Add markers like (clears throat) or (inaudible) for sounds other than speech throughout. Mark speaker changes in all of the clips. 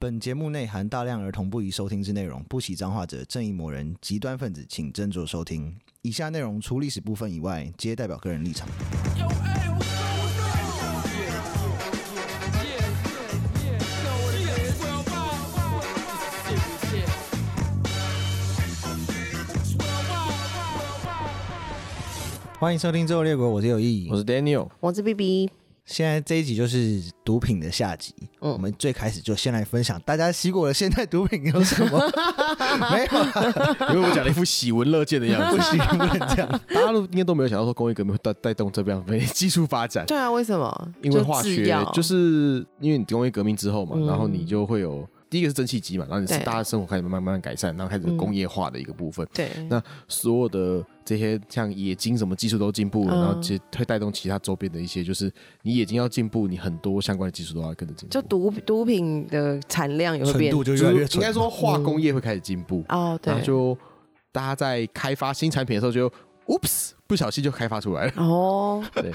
Speaker 1: 本节目内含大量儿童不宜收听之内容，不喜脏话者、正义魔人、极端分子，请斟酌收听。以下内容除历史部分以外，皆代表个人立场。欢迎收听《最后列国》，我是有意，
Speaker 2: 我是 Daniel，
Speaker 3: 我是 B B，
Speaker 1: 现在这一集就是毒品的下集，
Speaker 3: 嗯
Speaker 1: 我们最开始就先来分享大家吸过的现代毒品有什
Speaker 3: (laughs)
Speaker 1: 么？没有啊啦，
Speaker 2: (laughs) 因为我讲了一副喜闻乐见的样
Speaker 1: 不
Speaker 2: 子，
Speaker 1: 行，不能这样。
Speaker 2: (laughs) 大家都应该都没有想到说工业革命会带带动这样的技术发展，
Speaker 3: 对啊，为什么？
Speaker 2: (laughs) 因为化
Speaker 3: 就
Speaker 2: 学
Speaker 3: 制药
Speaker 2: 就是因为你工业革命之后嘛，
Speaker 3: 嗯
Speaker 2: 然后你就会有第一个是蒸汽机嘛，然后你是
Speaker 3: 对
Speaker 2: 大家生活开始慢慢慢慢改善，然后开始
Speaker 3: 嗯
Speaker 2: 工业化的一个部分，
Speaker 3: 对，
Speaker 2: 那所有的这些像冶金什么技术都进步了，
Speaker 3: 嗯
Speaker 2: 然后其实会带动其他周边的一些，就是你冶金要进步，你很多相关的技术都要跟着进步，
Speaker 3: 就毒毒品的产量也会变
Speaker 1: 就
Speaker 2: 就是应该说化工业会开始进步，
Speaker 3: 哦，
Speaker 2: 然后
Speaker 3: 对，
Speaker 2: 就大家在开发新产品的时候就 oops 不小心就开发出来了。
Speaker 3: 哦
Speaker 2: 对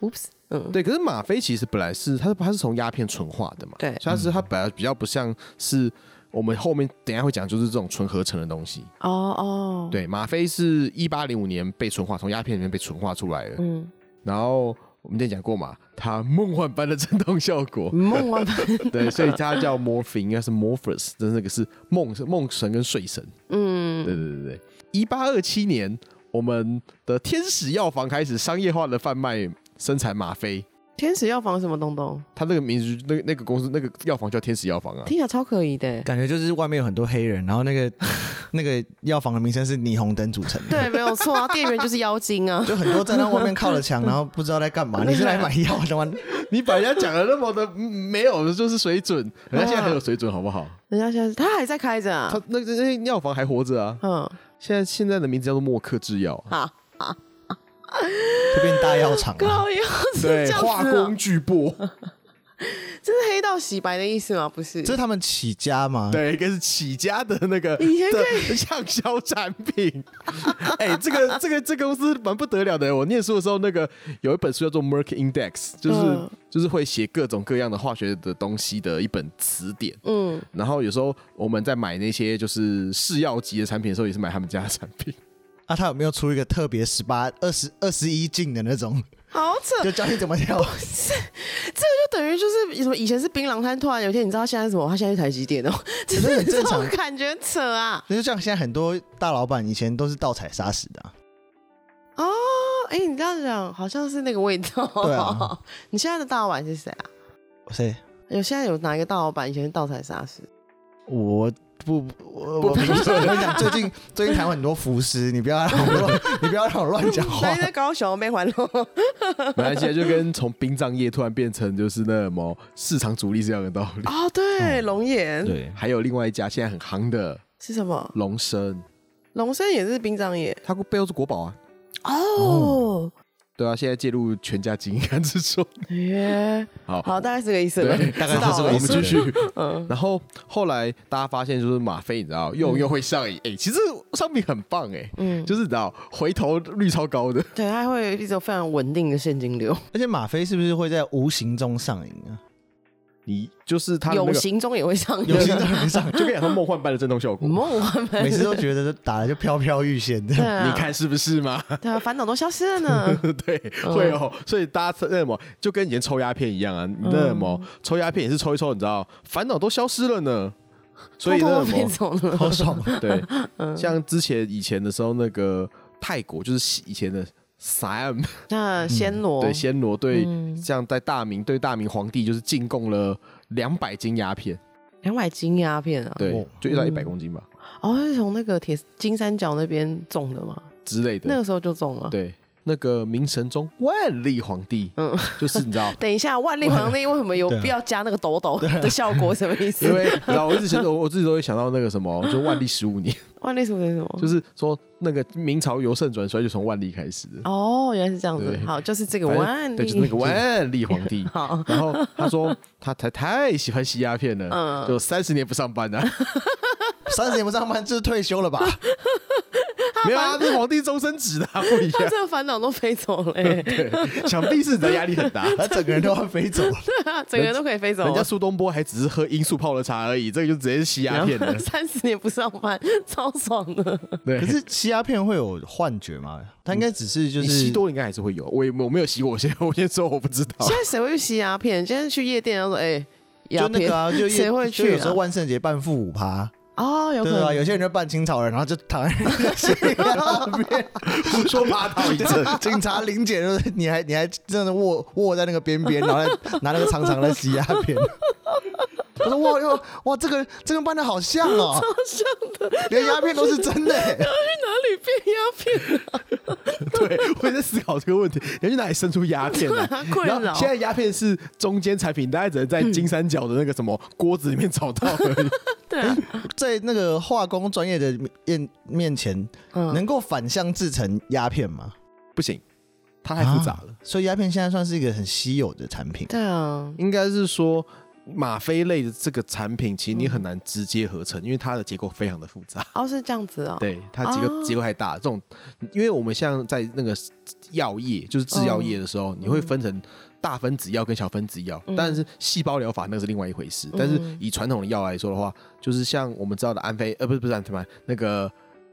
Speaker 3: ，oops，嗯，
Speaker 2: (laughs) 对，可是吗啡其实本来是它是它是从鸦片纯化的嘛，
Speaker 3: 对
Speaker 2: 所以它是它本来比较不像是我们后面等一下会讲，就是这种纯合成的东西。
Speaker 3: 哦哦，，
Speaker 2: 对，吗啡是一八零五年被纯化，从鸦片里面被纯化出来的。
Speaker 3: 嗯，
Speaker 2: 然后我们之前讲过嘛，它梦幻般的震动效果， (laughs)
Speaker 3: 梦幻版，
Speaker 2: 对，所以它叫 morphine，应该是 morphus，真的那个是梦梦神跟睡神。
Speaker 3: 嗯，
Speaker 2: 对对对对，一八二七年，我们的天使药房开始商业化的贩卖生产吗啡。
Speaker 3: 天使药房什么东东，
Speaker 2: 它那个名字就，那那个公司那个药房叫天使药房啊。
Speaker 3: 听起来超可疑的，
Speaker 1: 感觉就是外面有很多黑人，然后那个 (laughs) 那个药房的名称是霓虹灯组成的，
Speaker 3: 对，没有错啊，店员就是妖精啊，
Speaker 1: 就很多站在外面靠了墙，然后不知道在干嘛。你是来买药的吗？
Speaker 2: 你把人家讲的那么的嗯没有，就是水准，人家现在很有水准，好不好？
Speaker 3: (laughs) 人家现在他还在开着啊
Speaker 2: 他，那那那药房还活着啊！
Speaker 3: 嗯，
Speaker 2: 现在现在的名字叫做默克制药啊，
Speaker 3: 好，
Speaker 1: 就变大药厂啊了。
Speaker 3: (laughs) 高药是这
Speaker 2: 对，
Speaker 3: 样
Speaker 2: 化
Speaker 3: 子啊
Speaker 2: 工，巨擘，
Speaker 3: 这是黑道洗白的意思吗？不是
Speaker 1: 这，是他们起家吗？，
Speaker 2: 对，应该是起家的那个
Speaker 3: 以前可
Speaker 2: 的 (laughs) 畅销产品。哎、这个这个这公司蛮不得了的。我念书的时候，那个有一本书叫做《Merck Index》，就是、
Speaker 3: 嗯
Speaker 2: 就是会写各种各样的化学的东西的一本词典。
Speaker 3: 嗯，
Speaker 2: 然后有时候我们在买那些就是试药级的产品的时候，也是买他们家的产品。
Speaker 1: 啊，他有没有出一个特别十八、二十二十一禁的那种，
Speaker 3: 好扯，
Speaker 1: 就教你怎么
Speaker 3: (laughs)
Speaker 1: 跳？
Speaker 3: 就等于就是什么以前是槟榔摊，突然有一天你知道现在是什么？他现在是台积电哦，只
Speaker 1: 那
Speaker 3: 是
Speaker 1: 很
Speaker 3: (laughs) 这
Speaker 1: 正常
Speaker 3: 种感觉很扯啊！
Speaker 1: 那就像现在很多大老板以前都是盗采杀死的啊、
Speaker 3: 哦，哎、你这样讲好像是那个味道。哦
Speaker 1: 对啊
Speaker 3: (laughs) 你现在的大老板是谁啊？
Speaker 1: 谁？
Speaker 3: 有现在有哪一个大老板以前是盗采砂石？
Speaker 1: 我不，我
Speaker 2: 不
Speaker 1: 我
Speaker 2: 评
Speaker 1: 论。我跟你讲，最近最近台湾很多浮尸，你不要让我乱，你不要让我乱讲
Speaker 3: (laughs)
Speaker 1: 话
Speaker 3: 还。是高雄被还
Speaker 1: (laughs)
Speaker 3: 了？
Speaker 2: 本来现在就跟从殡葬业突然变成就是那什么市场主力是一样的道理。
Speaker 3: 哦，对，龙
Speaker 1: 嗯
Speaker 3: 岩
Speaker 1: 对，
Speaker 2: 还有另外一家现在很夯的
Speaker 3: 是什么？
Speaker 2: 龙生，
Speaker 3: 龙生也是殡葬业
Speaker 2: 它背后是国宝啊。
Speaker 3: 哦。
Speaker 2: 对啊，现在介入全家经营案之中。
Speaker 3: 耶，
Speaker 2: (laughs) 好
Speaker 3: 好，大概是这个意思了。
Speaker 2: 对，
Speaker 1: 大概
Speaker 3: 知道
Speaker 1: 是这
Speaker 3: 了
Speaker 1: 个
Speaker 2: 我
Speaker 1: 意
Speaker 2: 们
Speaker 1: 思
Speaker 2: 继续。 (laughs)
Speaker 3: 嗯，
Speaker 2: 然后后来大家发现，就是吗啡，你知道用又会上瘾。哎、其实商品很棒哎、
Speaker 3: 嗯
Speaker 2: 就是你知道回头率超高的。
Speaker 3: 对，它会有一种非常稳定的现金流，
Speaker 1: 而且吗啡是不是会在无形中上瘾啊？
Speaker 2: 你就是它的那
Speaker 3: 有
Speaker 2: 个，
Speaker 3: 形中也会上
Speaker 1: 有
Speaker 3: 瘾。
Speaker 1: 形中没上，
Speaker 2: 就跟你说梦幻般的震动 (laughs) 效果。
Speaker 3: 梦幻般
Speaker 1: 每次都觉得打了就飘飘欲仙的
Speaker 3: 对。啊，
Speaker 2: 你看是不是嘛？ (laughs)
Speaker 3: 对啊，烦恼都消失了呢。
Speaker 2: 对，会哦。所以大家那什么，就跟以前抽鸦片一样啊，你那什么、抽鸦片也是抽一抽，你知道，烦恼都消失了呢。所以
Speaker 3: 通
Speaker 2: 那
Speaker 3: 通
Speaker 2: 什
Speaker 3: 都
Speaker 2: 么
Speaker 3: 变，
Speaker 2: (laughs)
Speaker 3: 走了。
Speaker 1: 好爽！啊
Speaker 3: (laughs)
Speaker 2: 对，
Speaker 3: 嗯
Speaker 2: 像之前以前的时候，那个泰国就是以前的 Siam
Speaker 3: 那暹
Speaker 2: (laughs)
Speaker 3: 罗，
Speaker 2: 嗯对，暹罗对，
Speaker 3: 嗯
Speaker 2: 像在大明对大明皇帝就是进贡了两百斤鸦片，
Speaker 3: 两百斤鸦片啊，
Speaker 2: 对
Speaker 1: 哦，
Speaker 2: 就一到一百公斤吧
Speaker 3: 哦，是从那个铁金三角那边种的嘛，
Speaker 2: 之类
Speaker 3: 那
Speaker 2: 的。
Speaker 3: 个时候就种了。
Speaker 2: 对，那个明神宗万历皇帝，
Speaker 3: 嗯，
Speaker 2: (laughs) 就是你知道
Speaker 3: (laughs) 等一下，万历皇帝为什
Speaker 2: (laughs)
Speaker 3: 么有
Speaker 1: 对啊
Speaker 3: 必要加那个抖 (laughs) 抖的效果？什么意思
Speaker 2: 因？为然后我一直想到，我自己都会想到那个什么，就万历十五年， (laughs)
Speaker 3: 万历什么什么？
Speaker 2: 就是说那个明朝由盛转衰就从万历开始的，
Speaker 3: 哦，原来是这样子
Speaker 2: 对。
Speaker 3: 好，就是这个
Speaker 2: 反正
Speaker 3: 万历，
Speaker 2: 对，就是那个万历皇 (laughs) 帝。
Speaker 3: 好，
Speaker 2: 然后他说他才太喜欢吸鸦片了，
Speaker 3: 嗯
Speaker 2: 啊 (laughs) 就三十年不上班了。
Speaker 1: 三十年不上班，这是退休了吧？
Speaker 2: 没有啊，这是皇帝终身制的、啊，不一 (laughs)
Speaker 3: 他
Speaker 2: 样。
Speaker 3: (laughs) 这个烦恼都飞走了、欸， (laughs)
Speaker 2: 对，想 (laughs) 必是啊你的压力很大。
Speaker 1: 他整个人都要飞走了。
Speaker 3: 整个人都可以飞走
Speaker 2: 人
Speaker 3: 了。
Speaker 2: 家。苏东坡还只是喝罂粟泡的茶而已，这个就直接是吸鸦片的
Speaker 3: (laughs)
Speaker 2: 哦
Speaker 3: 三十年不上班，超爽的。
Speaker 2: 对，
Speaker 1: 可是吸鸦片会有幻觉吗？他应该只是就
Speaker 2: 你
Speaker 1: 是
Speaker 2: 吸多了应该还是会有。我也我没有吸过，我先我 (laughs) 先说我不知 (laughs) 道
Speaker 3: 现。在谁会去吸鸦片？今天去夜店，然后说：“哎、鸦
Speaker 1: 就那
Speaker 3: 片
Speaker 1: 个啊，就
Speaker 3: 谁会
Speaker 1: 就
Speaker 3: 去
Speaker 1: 有时候
Speaker 3: 啊
Speaker 1: 万圣节扮复古趴，？”
Speaker 3: 哦，有可
Speaker 1: 对
Speaker 2: 啊
Speaker 1: 吧？
Speaker 3: 能。
Speaker 1: 有些人就扮清朝人，然后就躺在那个斜阳边胡说八道 (laughs) 一阵。警察临检就是你还你还真的握握在那个边边，然后在拿那个长长的吸鸦片。 (laughs) 我说哇哟哇，这个这个扮的好像
Speaker 2: (laughs)
Speaker 1: 哦，
Speaker 3: 像的，
Speaker 1: 连鸦片都是真的欸。
Speaker 3: 去哪里变鸦片、啊？
Speaker 2: (laughs) 对，我也在思考这个问题，你要去哪里生出鸦片呢、
Speaker 3: 对啊困
Speaker 2: 然后
Speaker 3: 扰
Speaker 2: 现在鸦片是中间产品，大家只能在金三角的那个什么锅子里面找到而已。
Speaker 3: 对啊，
Speaker 1: 在那个化工专业的面面前，
Speaker 3: 嗯，
Speaker 1: 能够反向制成鸦片吗？
Speaker 2: 不行，它太复杂了。
Speaker 1: 啊所以鸦片现在算是一个很稀有的产品。
Speaker 3: 对啊，
Speaker 2: 应该是说吗啡类的这个产品，其实你很难直接合成，因为它的结构非常的复杂。
Speaker 3: 哦，是这样子哦。
Speaker 2: (laughs) 对，它结构
Speaker 3: 哦
Speaker 2: 结构太大，这种，因为我们像在那个药业，就是制药业的时候，你会分成大分子药跟小分子药，
Speaker 3: 嗯
Speaker 2: 但是细胞疗法那是另外一回事。但是以传统的药来说的话，就是像我们知道的安非，呃，不是不是安非曼，那个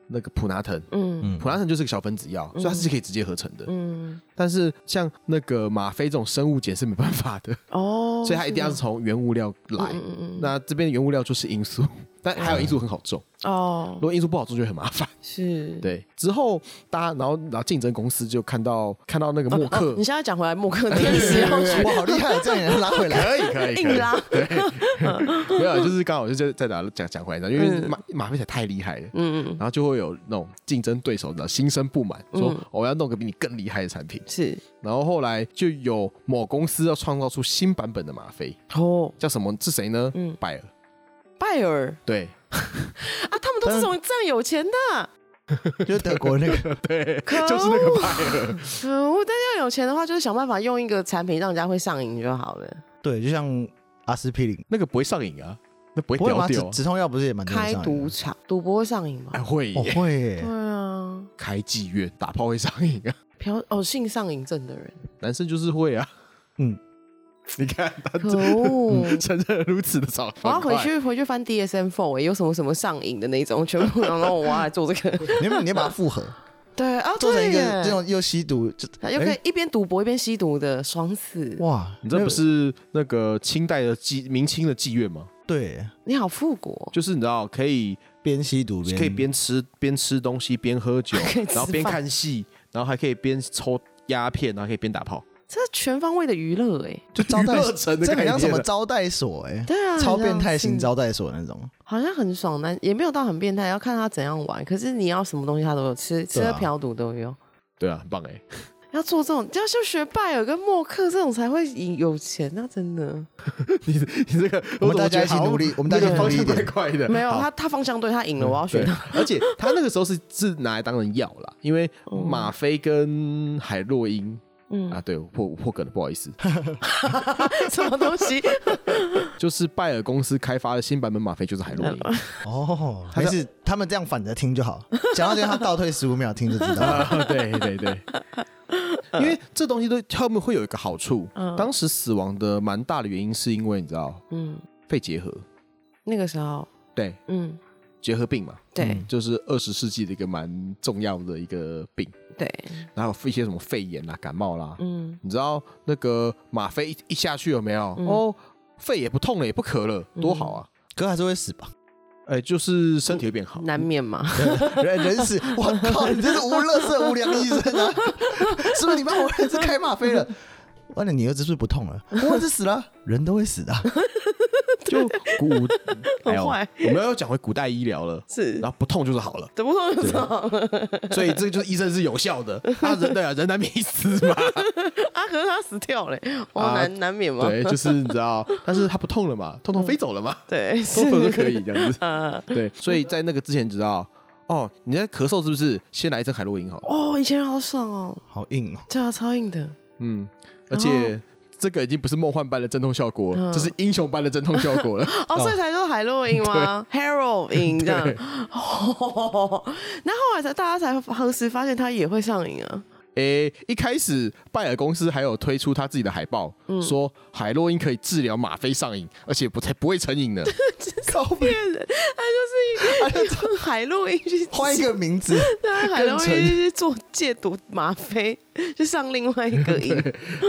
Speaker 2: 那个普拿疼。
Speaker 3: 嗯
Speaker 2: (laughs)
Speaker 1: 嗯
Speaker 2: 普拿疼就是个小分子药，所以它是可以直接合成的。
Speaker 3: 嗯，
Speaker 2: 但是像那个吗啡这种生物碱是没办法的，
Speaker 3: 哦，
Speaker 2: 所以它一定要是
Speaker 3: 是
Speaker 2: 从原物料
Speaker 3: 这样
Speaker 2: 来。
Speaker 3: 嗯嗯嗯嗯
Speaker 2: 那这边的原物料就是罂粟， (laughs) 但还有罂粟很好种，
Speaker 3: 哦
Speaker 2: 如，果罂粟不好种就会很麻烦。
Speaker 3: 是，
Speaker 2: 对，之后大家然后然后竞争公司就看到看到那个默克
Speaker 3: 哦你现在讲回来，默克
Speaker 2: (laughs)
Speaker 3: 天使要去
Speaker 1: 哇，好厉害！这样也能拉回来。
Speaker 3: (laughs)
Speaker 2: 可以可以可
Speaker 3: 硬
Speaker 2: 以，
Speaker 3: 拉，
Speaker 2: 没有就是刚好就再再打讲讲回来，因为
Speaker 3: 嗯
Speaker 2: 马马飞才太厉害了。
Speaker 3: 嗯嗯，
Speaker 2: 然后就会有那种竞争对手的心生不满，说、哦
Speaker 3: 嗯
Speaker 2: 我要弄个比你更厉害的产品。
Speaker 3: 是
Speaker 2: 然后后来就有某公司要创造出新版本的吗啡，
Speaker 3: 哦，
Speaker 2: 叫什么？是谁呢？
Speaker 3: 嗯
Speaker 2: 拜耳。
Speaker 3: 拜耳
Speaker 2: 对
Speaker 3: 啊，他们都是这种这样有钱的，
Speaker 1: 就是德国那个，
Speaker 2: 对，
Speaker 3: 可恶
Speaker 2: (laughs) 就是那个拜耳。
Speaker 3: 可恶！但要有钱的话，就是想办法用一个产品让人家会上瘾就好了。
Speaker 1: 对，就像阿司匹林，
Speaker 2: 那个不会上瘾啊，那不会
Speaker 1: 不会
Speaker 2: 屌
Speaker 1: 吗？止
Speaker 2: 屌啊。
Speaker 1: 止痛药不是也蛮多人
Speaker 3: 开
Speaker 1: 上瘾
Speaker 3: 赌
Speaker 1: 的
Speaker 3: 场，赌博会上瘾吗
Speaker 2: 哎，？会
Speaker 1: 哦
Speaker 2: 耶，
Speaker 1: 会
Speaker 3: 对
Speaker 1: 耶，
Speaker 3: 啊，
Speaker 2: 开妓院打炮会上瘾啊， (laughs)
Speaker 3: 嫖哦性上瘾症的
Speaker 1: (laughs)
Speaker 3: 人，
Speaker 2: 男生就是会啊。
Speaker 1: 嗯，
Speaker 2: 你看他
Speaker 3: 可恶！
Speaker 2: 承认了如此的早，
Speaker 3: 嗯我要
Speaker 2: 很快
Speaker 3: 回去回去翻 DSM Four，、欸、有什么什么上瘾的那种，全部然后我要来做这个。
Speaker 1: 你要你要把它复合，
Speaker 3: (laughs) 对啊，
Speaker 1: 做成
Speaker 3: 对
Speaker 1: 一个
Speaker 3: 耶啊
Speaker 1: 这种又吸毒，就
Speaker 3: 又可以
Speaker 1: 哎
Speaker 3: 一边赌博一边吸毒的，爽死！
Speaker 1: 哇，
Speaker 2: 你这不是那个清代的妓明清的妓院吗？
Speaker 1: 对
Speaker 3: 你好复哦古，
Speaker 2: 就是你知道可以
Speaker 1: 边吸毒边
Speaker 2: 可以边吃边吃东西边
Speaker 1: (laughs)
Speaker 2: 喝酒
Speaker 3: 可以，吃
Speaker 2: 然后边看戏，然后还可以边抽鸦片，然后可以边打炮，
Speaker 3: 这是全方位的娱乐哎、
Speaker 1: 就招待
Speaker 2: 娱乐城的
Speaker 1: 这
Speaker 2: 概
Speaker 1: 很像
Speaker 2: 念
Speaker 1: 什么招待所哎，
Speaker 3: 对啊，
Speaker 1: 超
Speaker 3: 很像
Speaker 1: 变态型
Speaker 3: 是
Speaker 1: 招待所那种，
Speaker 3: 好像很爽，但也没有到很变态，要看他怎样玩。可是你要什么东西他都有，吃吃
Speaker 1: 对啊
Speaker 3: 喝嫖赌都有。
Speaker 2: 对啊，很棒哎。
Speaker 3: 要做这种，要就学拜尔跟默克这种才会赢有钱，那真的
Speaker 2: (laughs) 你你这个
Speaker 1: 我们
Speaker 2: 怎么
Speaker 1: 大家一起
Speaker 2: 觉得好
Speaker 1: 努力我们大家
Speaker 2: 那个
Speaker 1: 努力
Speaker 2: 方向
Speaker 1: 一点
Speaker 2: 怪怪的，
Speaker 3: 没有
Speaker 2: 好
Speaker 3: 他他方向对他赢了，我要学
Speaker 2: 对
Speaker 3: 他。，
Speaker 2: 而且他那个时候是是拿来当成药啦，因为吗啡跟海洛因、
Speaker 3: 哦嗯，
Speaker 2: 啊，对，我破我破梗了，不好意思，
Speaker 3: (laughs) 什么东西？
Speaker 2: 就是拜耳公司开发的新版本吗啡就是海洛因，
Speaker 3: 嗯
Speaker 1: 哦，
Speaker 2: 他
Speaker 1: 还
Speaker 2: 在
Speaker 1: 是他们这样反着听就好， (laughs) 讲到这边他倒退十五秒听就知道 (laughs) 了，
Speaker 2: (laughs) 啊对对对，因为这东西都后面会有一个好处，
Speaker 3: 嗯
Speaker 2: 当时死亡的蛮大的原因是因为你知道
Speaker 3: 嗯，
Speaker 2: 肺结核，
Speaker 3: 那个时候，
Speaker 2: 对，
Speaker 3: 嗯，
Speaker 2: 结核病嘛，
Speaker 3: 对
Speaker 1: 嗯
Speaker 2: 就是二十世纪的一个蛮重要的一个病，
Speaker 3: 对，
Speaker 2: 然后有一些什么肺炎啦、感冒啦，
Speaker 3: 嗯
Speaker 2: 你知道那个吗啡一一下去有没有？
Speaker 3: 嗯
Speaker 2: 哦，肺也不痛了，也不咳了，多好啊！
Speaker 1: 哥还是会死吧？
Speaker 2: 哎、就是身体会变好。
Speaker 3: 难免嘛。
Speaker 1: 人人死，我靠，你这是无乐色无良医生啊！ (laughs) 是不是你帮我儿子开吗啡了？完了，你儿子是不是不痛了？我儿子死了，人都会死的啊、
Speaker 2: (laughs) 就古，
Speaker 3: (laughs)
Speaker 2: 哎呦，
Speaker 3: 很坏
Speaker 2: 我们要讲回古代医疗了，
Speaker 3: 是
Speaker 2: 然后不痛就是好了，
Speaker 3: 怎么说就好了
Speaker 2: 所以这个就是医生是有效
Speaker 3: (laughs)
Speaker 2: 的。他人对啊，人难免一死嘛，
Speaker 3: 啊？可是他死掉嘞，哦，
Speaker 2: 啊
Speaker 3: 难难免嘛。
Speaker 2: 对，就是你知道，但是他不痛了嘛，
Speaker 3: 嗯
Speaker 2: 痛痛飞走
Speaker 3: (laughs)
Speaker 2: 了嘛，
Speaker 3: 对，
Speaker 2: 痛痛都
Speaker 3: 是
Speaker 2: 可以这
Speaker 3: (laughs)
Speaker 2: 样子。
Speaker 3: 啊。
Speaker 2: 对，所以在那个之前知道，哦，你在咳嗽是不是？先来一针海洛因好了，
Speaker 3: 哦，以前好爽哦，
Speaker 1: 好硬哦！
Speaker 3: 对啊，超硬的。
Speaker 2: 嗯，而且这个已经不是梦幻般的镇痛效果了，
Speaker 3: 嗯
Speaker 2: 这是英雄般的镇痛效果了。
Speaker 3: 哦，所以才说海洛因吗？heroin 这样
Speaker 2: 对，
Speaker 3: (laughs) 哦，那后来才大家才何时发现它也会上瘾啊？
Speaker 2: 诶、一开始拜耳公司还有推出他自己的海报，说海洛因可以治疗吗啡上瘾，而且不才不会成瘾的。
Speaker 1: 靠背
Speaker 3: (laughs) 骗人，他就是一个海洛因去
Speaker 1: 换一个名字，
Speaker 3: 对，啊海洛
Speaker 1: 更
Speaker 3: 因
Speaker 1: 沉
Speaker 3: 就是做戒毒吗啡，就上另外一个瘾。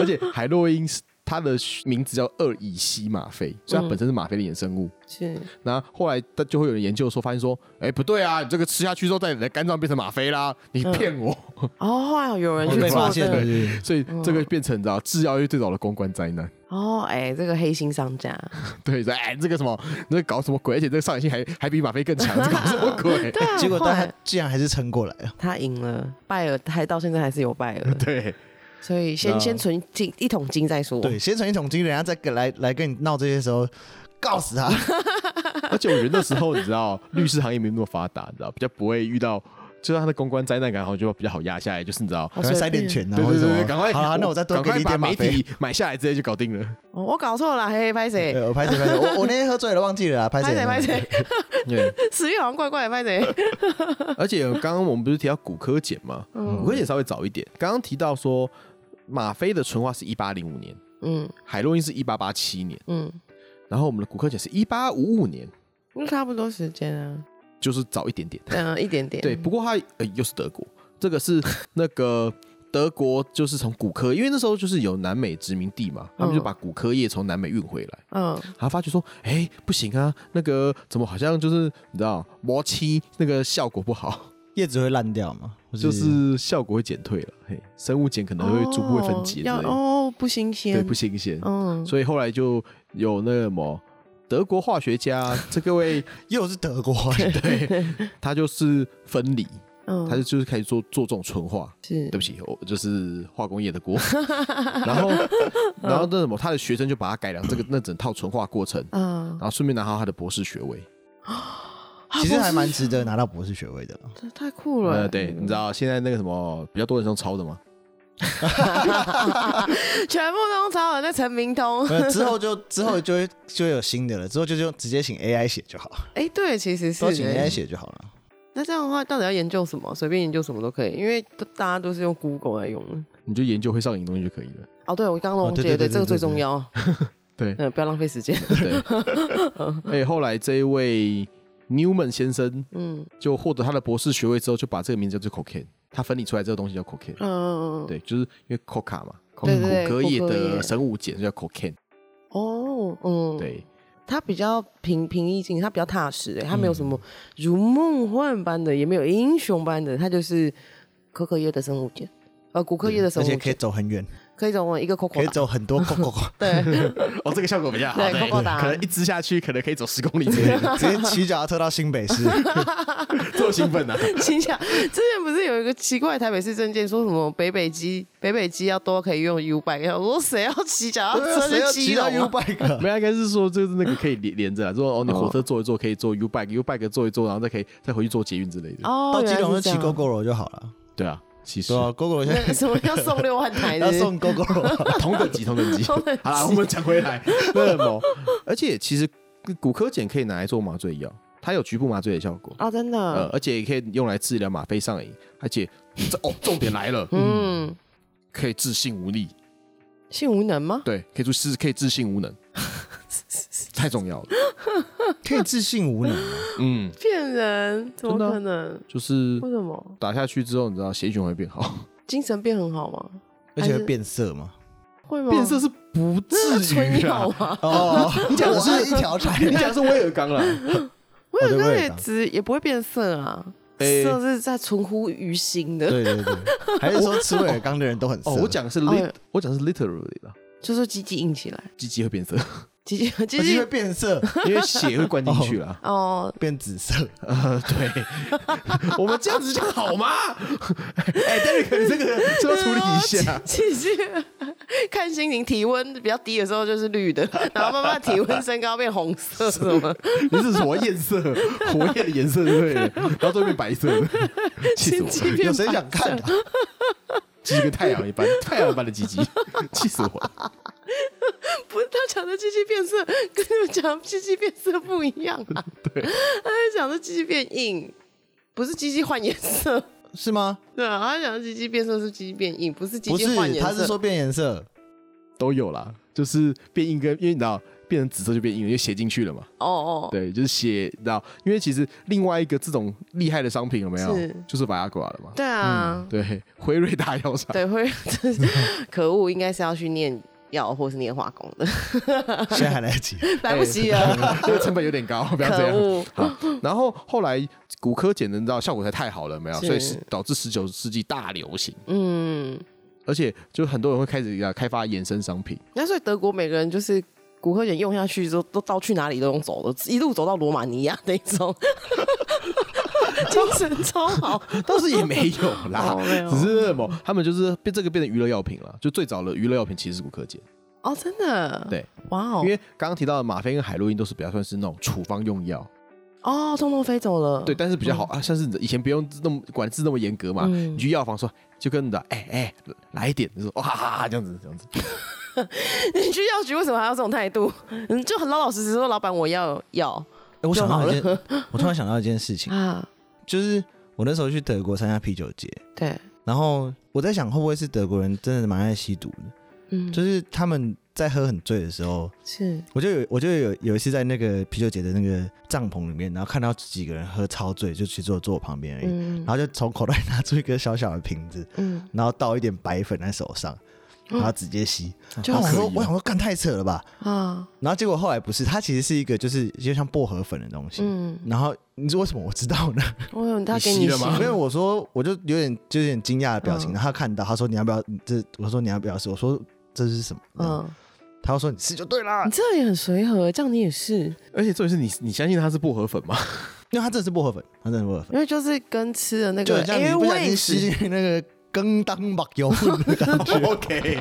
Speaker 2: 而且海洛因是它的名字叫二乙烯吗啡，所以它本身是吗啡的衍生物。
Speaker 3: 是，
Speaker 2: 那、后来他就会有人研究说，发现说，诶，不对啊，你这个吃下去之后，在你的肝脏变成吗啡啦，你骗我，
Speaker 3: 哦，后来有人
Speaker 2: (laughs)
Speaker 3: 去
Speaker 1: 被
Speaker 3: 做
Speaker 1: 发
Speaker 3: 这
Speaker 1: 现了，
Speaker 3: 个，
Speaker 1: 是
Speaker 2: 所以这个变成你知道制药业最早的公关灾难。
Speaker 3: 哦，哎，这个黑心商家，
Speaker 2: 对，说哎，这个什么，你在搞什么鬼？而且这个上瘾性还还比吗啡更强，这搞什么
Speaker 3: (laughs)
Speaker 2: 鬼？，
Speaker 3: 对
Speaker 1: (laughs)
Speaker 3: 啊，
Speaker 1: 结果
Speaker 3: 后
Speaker 1: 但
Speaker 3: 来
Speaker 1: 他竟然还是撑过来了。
Speaker 3: 他赢了，拜耳还到现在还是有拜耳
Speaker 2: 对。
Speaker 3: 所以先
Speaker 2: 那
Speaker 3: 先存金一桶金再说。
Speaker 1: 对，先成一桶金，人家再跟来来跟你闹这些时候，告死他。
Speaker 2: 而且我觉得那时候你知道，律师行业没那么发达，你知道，比较不会遇到，就是他的公关灾难感，好像就比较好压下来，就是你知道。
Speaker 1: 赶
Speaker 3: 好
Speaker 1: 快
Speaker 3: 哦随
Speaker 1: 塞点
Speaker 3: 便
Speaker 1: 钱啊，
Speaker 2: 对
Speaker 1: 或
Speaker 2: 对
Speaker 1: 者什
Speaker 2: 对
Speaker 1: 么
Speaker 2: 对，赶快！
Speaker 1: 好啦，那我再多给你一点
Speaker 2: 赶
Speaker 1: 吗
Speaker 2: 快把媒
Speaker 1: 啡。
Speaker 2: 体买下来，直接就搞定了。
Speaker 3: 哦我搞错了啦，嘿，拍谁？
Speaker 1: 对，我拍谁拍谁，我我那天喝醉了忘记了啦，拍
Speaker 3: 拍
Speaker 1: 谁
Speaker 3: 谁？拍谁？
Speaker 2: (laughs) 对，
Speaker 3: 死运好像怪怪的，拍谁？
Speaker 2: 而且刚刚我们不是提到骨科碱吗？骨科碱稍微早一点。刚刚提到说，吗啡的纯化是一八零五年，
Speaker 3: 嗯
Speaker 2: 海洛因是一八八七年，
Speaker 3: 嗯，
Speaker 2: 然后我们的骨科碱是一八五五年，
Speaker 3: 那差不多时间啊，
Speaker 2: 就是早一点点。
Speaker 3: 嗯，一点点。
Speaker 2: 对，不过它呃又是德国，这个
Speaker 3: (laughs)
Speaker 2: 是那个德国就是从骨科，因为那时候就是有南美殖民地嘛，他们就
Speaker 3: 嗯
Speaker 2: 把骨科业从南美运回来，
Speaker 3: 嗯，
Speaker 2: 然后发觉说，哎不行啊，那个怎么好像就是你知道磨漆那个效果不好，
Speaker 1: 叶子会烂掉吗？或
Speaker 2: (laughs) 就是效果会减退了，嘿，生物碱可能会逐步会分解之类
Speaker 3: 哦要
Speaker 2: 的，
Speaker 3: 哦，不新鲜，
Speaker 2: 对，不新鲜，
Speaker 3: 嗯，
Speaker 2: 所以后来就有那个什么。德国化学家这各
Speaker 3: (laughs)
Speaker 2: 位，
Speaker 1: 又是德国，
Speaker 2: 对，他就是分离，
Speaker 3: 嗯，
Speaker 2: 他就就是开始做做这种纯化，
Speaker 3: 是
Speaker 2: 对不起，我就是化工业的锅。 (laughs) 然
Speaker 3: (laughs)
Speaker 2: 后，然后那什么，他的学生就把它改良这个那整套纯化过程，
Speaker 3: 嗯，
Speaker 2: 然后顺便拿到他的博士学位。
Speaker 1: 其实还蛮值得拿到博士学位的啦。
Speaker 3: 这太酷了。
Speaker 2: 呃，对，
Speaker 1: 嗯
Speaker 2: 你知道现在那个什么比较多人是用抄的吗？
Speaker 3: (laughs) 全部都抄了那陈明
Speaker 1: (laughs)
Speaker 3: 通。
Speaker 1: 呃之后就之后就会就会有新的了，之后就就直接请 AI 写就好，
Speaker 3: 哎，对，其实是
Speaker 1: 都请
Speaker 3: 哎
Speaker 1: AI 写就好了。
Speaker 3: 那这样的话，到底要研究什么？随便研究什么都可以，因为都大家都是用 Google 来用的。
Speaker 2: 你就研究会上瘾的东西就可以了。
Speaker 3: 哦，对，我刚刚忘记
Speaker 1: 哦
Speaker 3: 了，
Speaker 1: 对对
Speaker 3: 对，
Speaker 1: 对
Speaker 3: 这个
Speaker 1: 对
Speaker 3: 最
Speaker 1: 对
Speaker 3: 重
Speaker 1: 对
Speaker 3: 要。 (laughs)
Speaker 2: 对
Speaker 3: 嗯，不要浪费时间。
Speaker 2: 对。而且后来这一位 Newman 先生
Speaker 3: 嗯
Speaker 2: 就获得他的博士学位之后，就把这个名字叫做 cocaine，他分离出来这个东西叫 cocaine。
Speaker 3: 嗯，嗯。嗯
Speaker 2: 对，就是因为 coca 嘛，嗯骨
Speaker 3: 对对对
Speaker 2: 骼液
Speaker 3: 骨骼液
Speaker 2: 的生物碱就叫 cocaine。
Speaker 3: 哦，嗯，，
Speaker 2: 对，
Speaker 3: 它比较平平易近人，它比较踏实，
Speaker 1: 嗯
Speaker 3: 哎，它没有什么如梦幻般的，也没有英雄般的，它就是可可叶的生物碱，呃，骨科叶的生
Speaker 1: 而
Speaker 3: 物
Speaker 1: 且
Speaker 3: 碱，
Speaker 1: 可以走很远，
Speaker 3: 可以从一个 Coco
Speaker 1: 可以
Speaker 3: 打，
Speaker 1: 走很多扣扣扣，
Speaker 3: 对， (laughs)
Speaker 2: 哦，这个效果比较好，
Speaker 3: 对扣扣打
Speaker 2: 可能一支下去可能可以走十公里之
Speaker 3: (laughs)
Speaker 2: 类的。
Speaker 1: 直接骑脚踏车到新北市。
Speaker 2: 这么兴奋啊！
Speaker 3: 心想，之前不是有一个奇怪的台北市证件说什么北北基北北基要多可以用 U bike，我说谁要骑脚踏
Speaker 1: 对啊
Speaker 3: 车
Speaker 1: 谁
Speaker 3: 去
Speaker 1: 要
Speaker 3: 基
Speaker 1: 骑到
Speaker 3: 隆
Speaker 1: U
Speaker 3: 啊？
Speaker 1: bike？
Speaker 2: (laughs) 没有，应该是说就是那个可以连连着啊，说哦，你火车坐一坐可以坐 U bike，U bike 坐一坐，然后再可以再回去坐捷运之类的。
Speaker 3: 哦，
Speaker 1: 到基
Speaker 3: 原
Speaker 1: 隆
Speaker 3: 来
Speaker 1: 就是骑
Speaker 3: 这样
Speaker 1: g o g o r o 就好了。
Speaker 2: (laughs) 对啊，其实
Speaker 1: 对啊 g o g o r (laughs) o 现在
Speaker 3: 那什么要送六万台
Speaker 1: (laughs) 要
Speaker 3: 的？
Speaker 1: 送 g o g o r o
Speaker 2: 同等级，同等
Speaker 3: (laughs)
Speaker 2: 级。好
Speaker 3: 等级
Speaker 2: 啦，我们讲回来， (laughs) 那么，而且其实骨科碱可以拿来做麻醉药，它有局部麻醉的效果，
Speaker 3: 啊，真
Speaker 2: 呃，
Speaker 3: 的，
Speaker 2: 而且也可以用来治疗吗啡上瘾，而且这哦，重点来
Speaker 3: (laughs)
Speaker 2: 了，
Speaker 3: 嗯，
Speaker 2: 可以治性无力，
Speaker 3: 性无能吗？
Speaker 2: 对，可以治是可以治性无
Speaker 3: (laughs)
Speaker 2: 能，太重要了，
Speaker 1: (laughs) 可以自信无能啊，
Speaker 2: 嗯，
Speaker 3: 骗人，怎么
Speaker 2: 真的啊
Speaker 3: 可能？
Speaker 2: 就是
Speaker 3: 为什么？
Speaker 2: 打下去之后，你知道血液循环会变好。
Speaker 3: 精神变很好吗？
Speaker 1: 而且会变色吗？
Speaker 3: 会吗？
Speaker 2: 变色是不
Speaker 3: 那
Speaker 2: 至
Speaker 3: 是哦 (laughs) 纯
Speaker 2: 于
Speaker 3: 药
Speaker 2: 啊。
Speaker 3: 啊，
Speaker 1: 哦， (laughs) 你讲的是一条柴，
Speaker 2: 你讲的是威尔刚
Speaker 3: (laughs)
Speaker 2: 啦，
Speaker 3: 我有
Speaker 1: 对
Speaker 3: 个
Speaker 1: 我也
Speaker 3: 也
Speaker 1: 打
Speaker 3: 只也不会变色啊，
Speaker 2: 诶
Speaker 3: 色是在存乎于心
Speaker 1: (laughs)
Speaker 3: 的，
Speaker 1: 对对对，还是说吃威尔刚的人都很色？
Speaker 2: 哦，我讲的是
Speaker 3: 哎
Speaker 2: lit，、
Speaker 3: 呀
Speaker 2: 我讲的是 literally 啦，
Speaker 3: 就是鸡鸡硬起来，
Speaker 2: 鸡鸡会变色，
Speaker 3: 鸡鸡鸡
Speaker 1: 而且会
Speaker 3: 鸡
Speaker 1: 变色，
Speaker 2: 因为血会灌进去啦。
Speaker 3: 哦，
Speaker 1: (laughs) 变紫色。
Speaker 2: 呃，对， (laughs) 我们这样子讲好吗？ (laughs) 哎、d e r e k 你这个这要处理一
Speaker 3: 哎
Speaker 2: 下。
Speaker 3: (laughs) 其实看心情，体温比较低的时候就是绿 (laughs) 的，然后慢慢体温升高变红色什么，
Speaker 2: 你是什么颜色？火焰的颜色对不对了？然后最后变白色的，气死我
Speaker 3: 心！机变
Speaker 1: 有谁想看啊？
Speaker 2: 鸡跟太阳一般，太阳一般的鸡鸡，气死我！
Speaker 3: (laughs) 不是他讲的机器变色，跟你们讲的机器变色不一样啊。对，他在讲的机器变硬，不是机器换颜 (laughs) 色。
Speaker 1: 是吗？
Speaker 3: 对啊，他讲的机器变色是机器变硬，不是机
Speaker 1: 不
Speaker 3: 器
Speaker 1: 是
Speaker 3: 换，颜色。
Speaker 1: 他是说变颜色。
Speaker 2: 都有啦，就是变硬跟因为你知道变成紫色就变硬了，因为写进去了嘛。
Speaker 3: 哦哦，
Speaker 2: 对，就是写你知道，因为其实另外一个这种厉害的商品有没有
Speaker 3: 是，
Speaker 2: 就是 Viagra 了嘛。
Speaker 3: 对啊，
Speaker 2: 对，辉瑞大药厂
Speaker 3: 对，会 (laughs) 真是可恶，应该是要去念药或是念化工的， (laughs)
Speaker 1: 现在还来得 (laughs) 及，
Speaker 3: 来不及了，
Speaker 2: (laughs) 这个成本有点高，不要这
Speaker 3: 可
Speaker 2: 样。
Speaker 3: 恶。
Speaker 2: 好，然后后来骨科碱的你知道效果才太好了，有没有，
Speaker 3: 是
Speaker 2: 所以是导致十九世纪大流行，
Speaker 3: 嗯，
Speaker 2: 而且就很多人会开始啊开发衍生商品。
Speaker 3: 那所以德国每个人就是骨科碱用下去之后，都到去哪里都能走的，一路走到罗马尼亚那种， (laughs) 精神超好。
Speaker 2: 倒是也没有
Speaker 3: (laughs)
Speaker 2: 啦
Speaker 3: 哦没有，
Speaker 2: 只是什么，他们就是变这个变成娱乐药品了。就最早的娱乐药品其实是骨科碱，
Speaker 3: (laughs) 哦，真的，
Speaker 2: 对，
Speaker 3: 哇哦
Speaker 2: 因，为刚刚提到的吗啡跟海洛因都是比较算是那种处方用药，
Speaker 3: 哦，通通飞走了，
Speaker 2: 对，，但是比较好啊，像是你以前不用那么管制那么严格嘛，
Speaker 3: 嗯
Speaker 2: 你去药房说就跟你的哎哎来一点，就是哇哈哈哈这样子这样子，
Speaker 3: (laughs) 你去药局为什么还要这种态度？ (laughs) 嗯，就很老老实实说，老板我要药
Speaker 1: 哎我
Speaker 3: 就
Speaker 1: 想
Speaker 3: 好
Speaker 1: 到一
Speaker 3: 了
Speaker 1: 件，我突然想到一件事 (laughs) 情，
Speaker 3: 啊，
Speaker 1: 就是我那时候去德国参加啤酒节，
Speaker 3: 对，
Speaker 1: 然后我在想会不会是德国人真的蛮爱吸毒的，
Speaker 3: 嗯，
Speaker 1: 就是他们在喝很醉的时候，
Speaker 3: 是
Speaker 1: 我就有我就有有一次在那个啤酒节的那个帐篷里面，然后看到几个人喝超醉，就去坐坐我旁边而已，
Speaker 3: 嗯
Speaker 1: 然后就从口袋拿出一个小小的瓶子，
Speaker 3: 嗯，
Speaker 1: 然后倒一点白粉在手
Speaker 3: (gasps)
Speaker 1: 上，然后直接吸。
Speaker 3: 就
Speaker 1: 然后我想
Speaker 3: 很
Speaker 2: 可
Speaker 1: 说
Speaker 2: 以哦
Speaker 1: 我想说干太扯了吧，
Speaker 3: 啊，
Speaker 1: 然后结果后来不是，它其实是一个就是就像薄荷粉的东西。
Speaker 3: (laughs) 嗯，
Speaker 1: 然后你知道为什么我知道
Speaker 3: (laughs)
Speaker 1: 呢？
Speaker 3: 我有他
Speaker 2: 你
Speaker 3: 给
Speaker 2: 吸
Speaker 3: 你
Speaker 2: 了吗
Speaker 1: 因为我说我就有点就有点惊讶的表情，
Speaker 3: 嗯
Speaker 1: 然后他看到他说你要不要这？我说你要不要试？我说这是什么？嗯，
Speaker 3: 嗯，
Speaker 1: 他说你吃就对啦
Speaker 3: 你，这也很随和，这样你也是，
Speaker 2: 而且重点是你你相信它是薄荷粉吗？
Speaker 1: 因为它真的是薄荷粉，它真的是薄荷粉，
Speaker 3: 因为就是跟吃的那
Speaker 1: 就
Speaker 3: 个
Speaker 1: 很像你不小
Speaker 3: airway
Speaker 1: 心吸进 (laughs) 那个羹 (laughs) 当马油混的感觉。OK，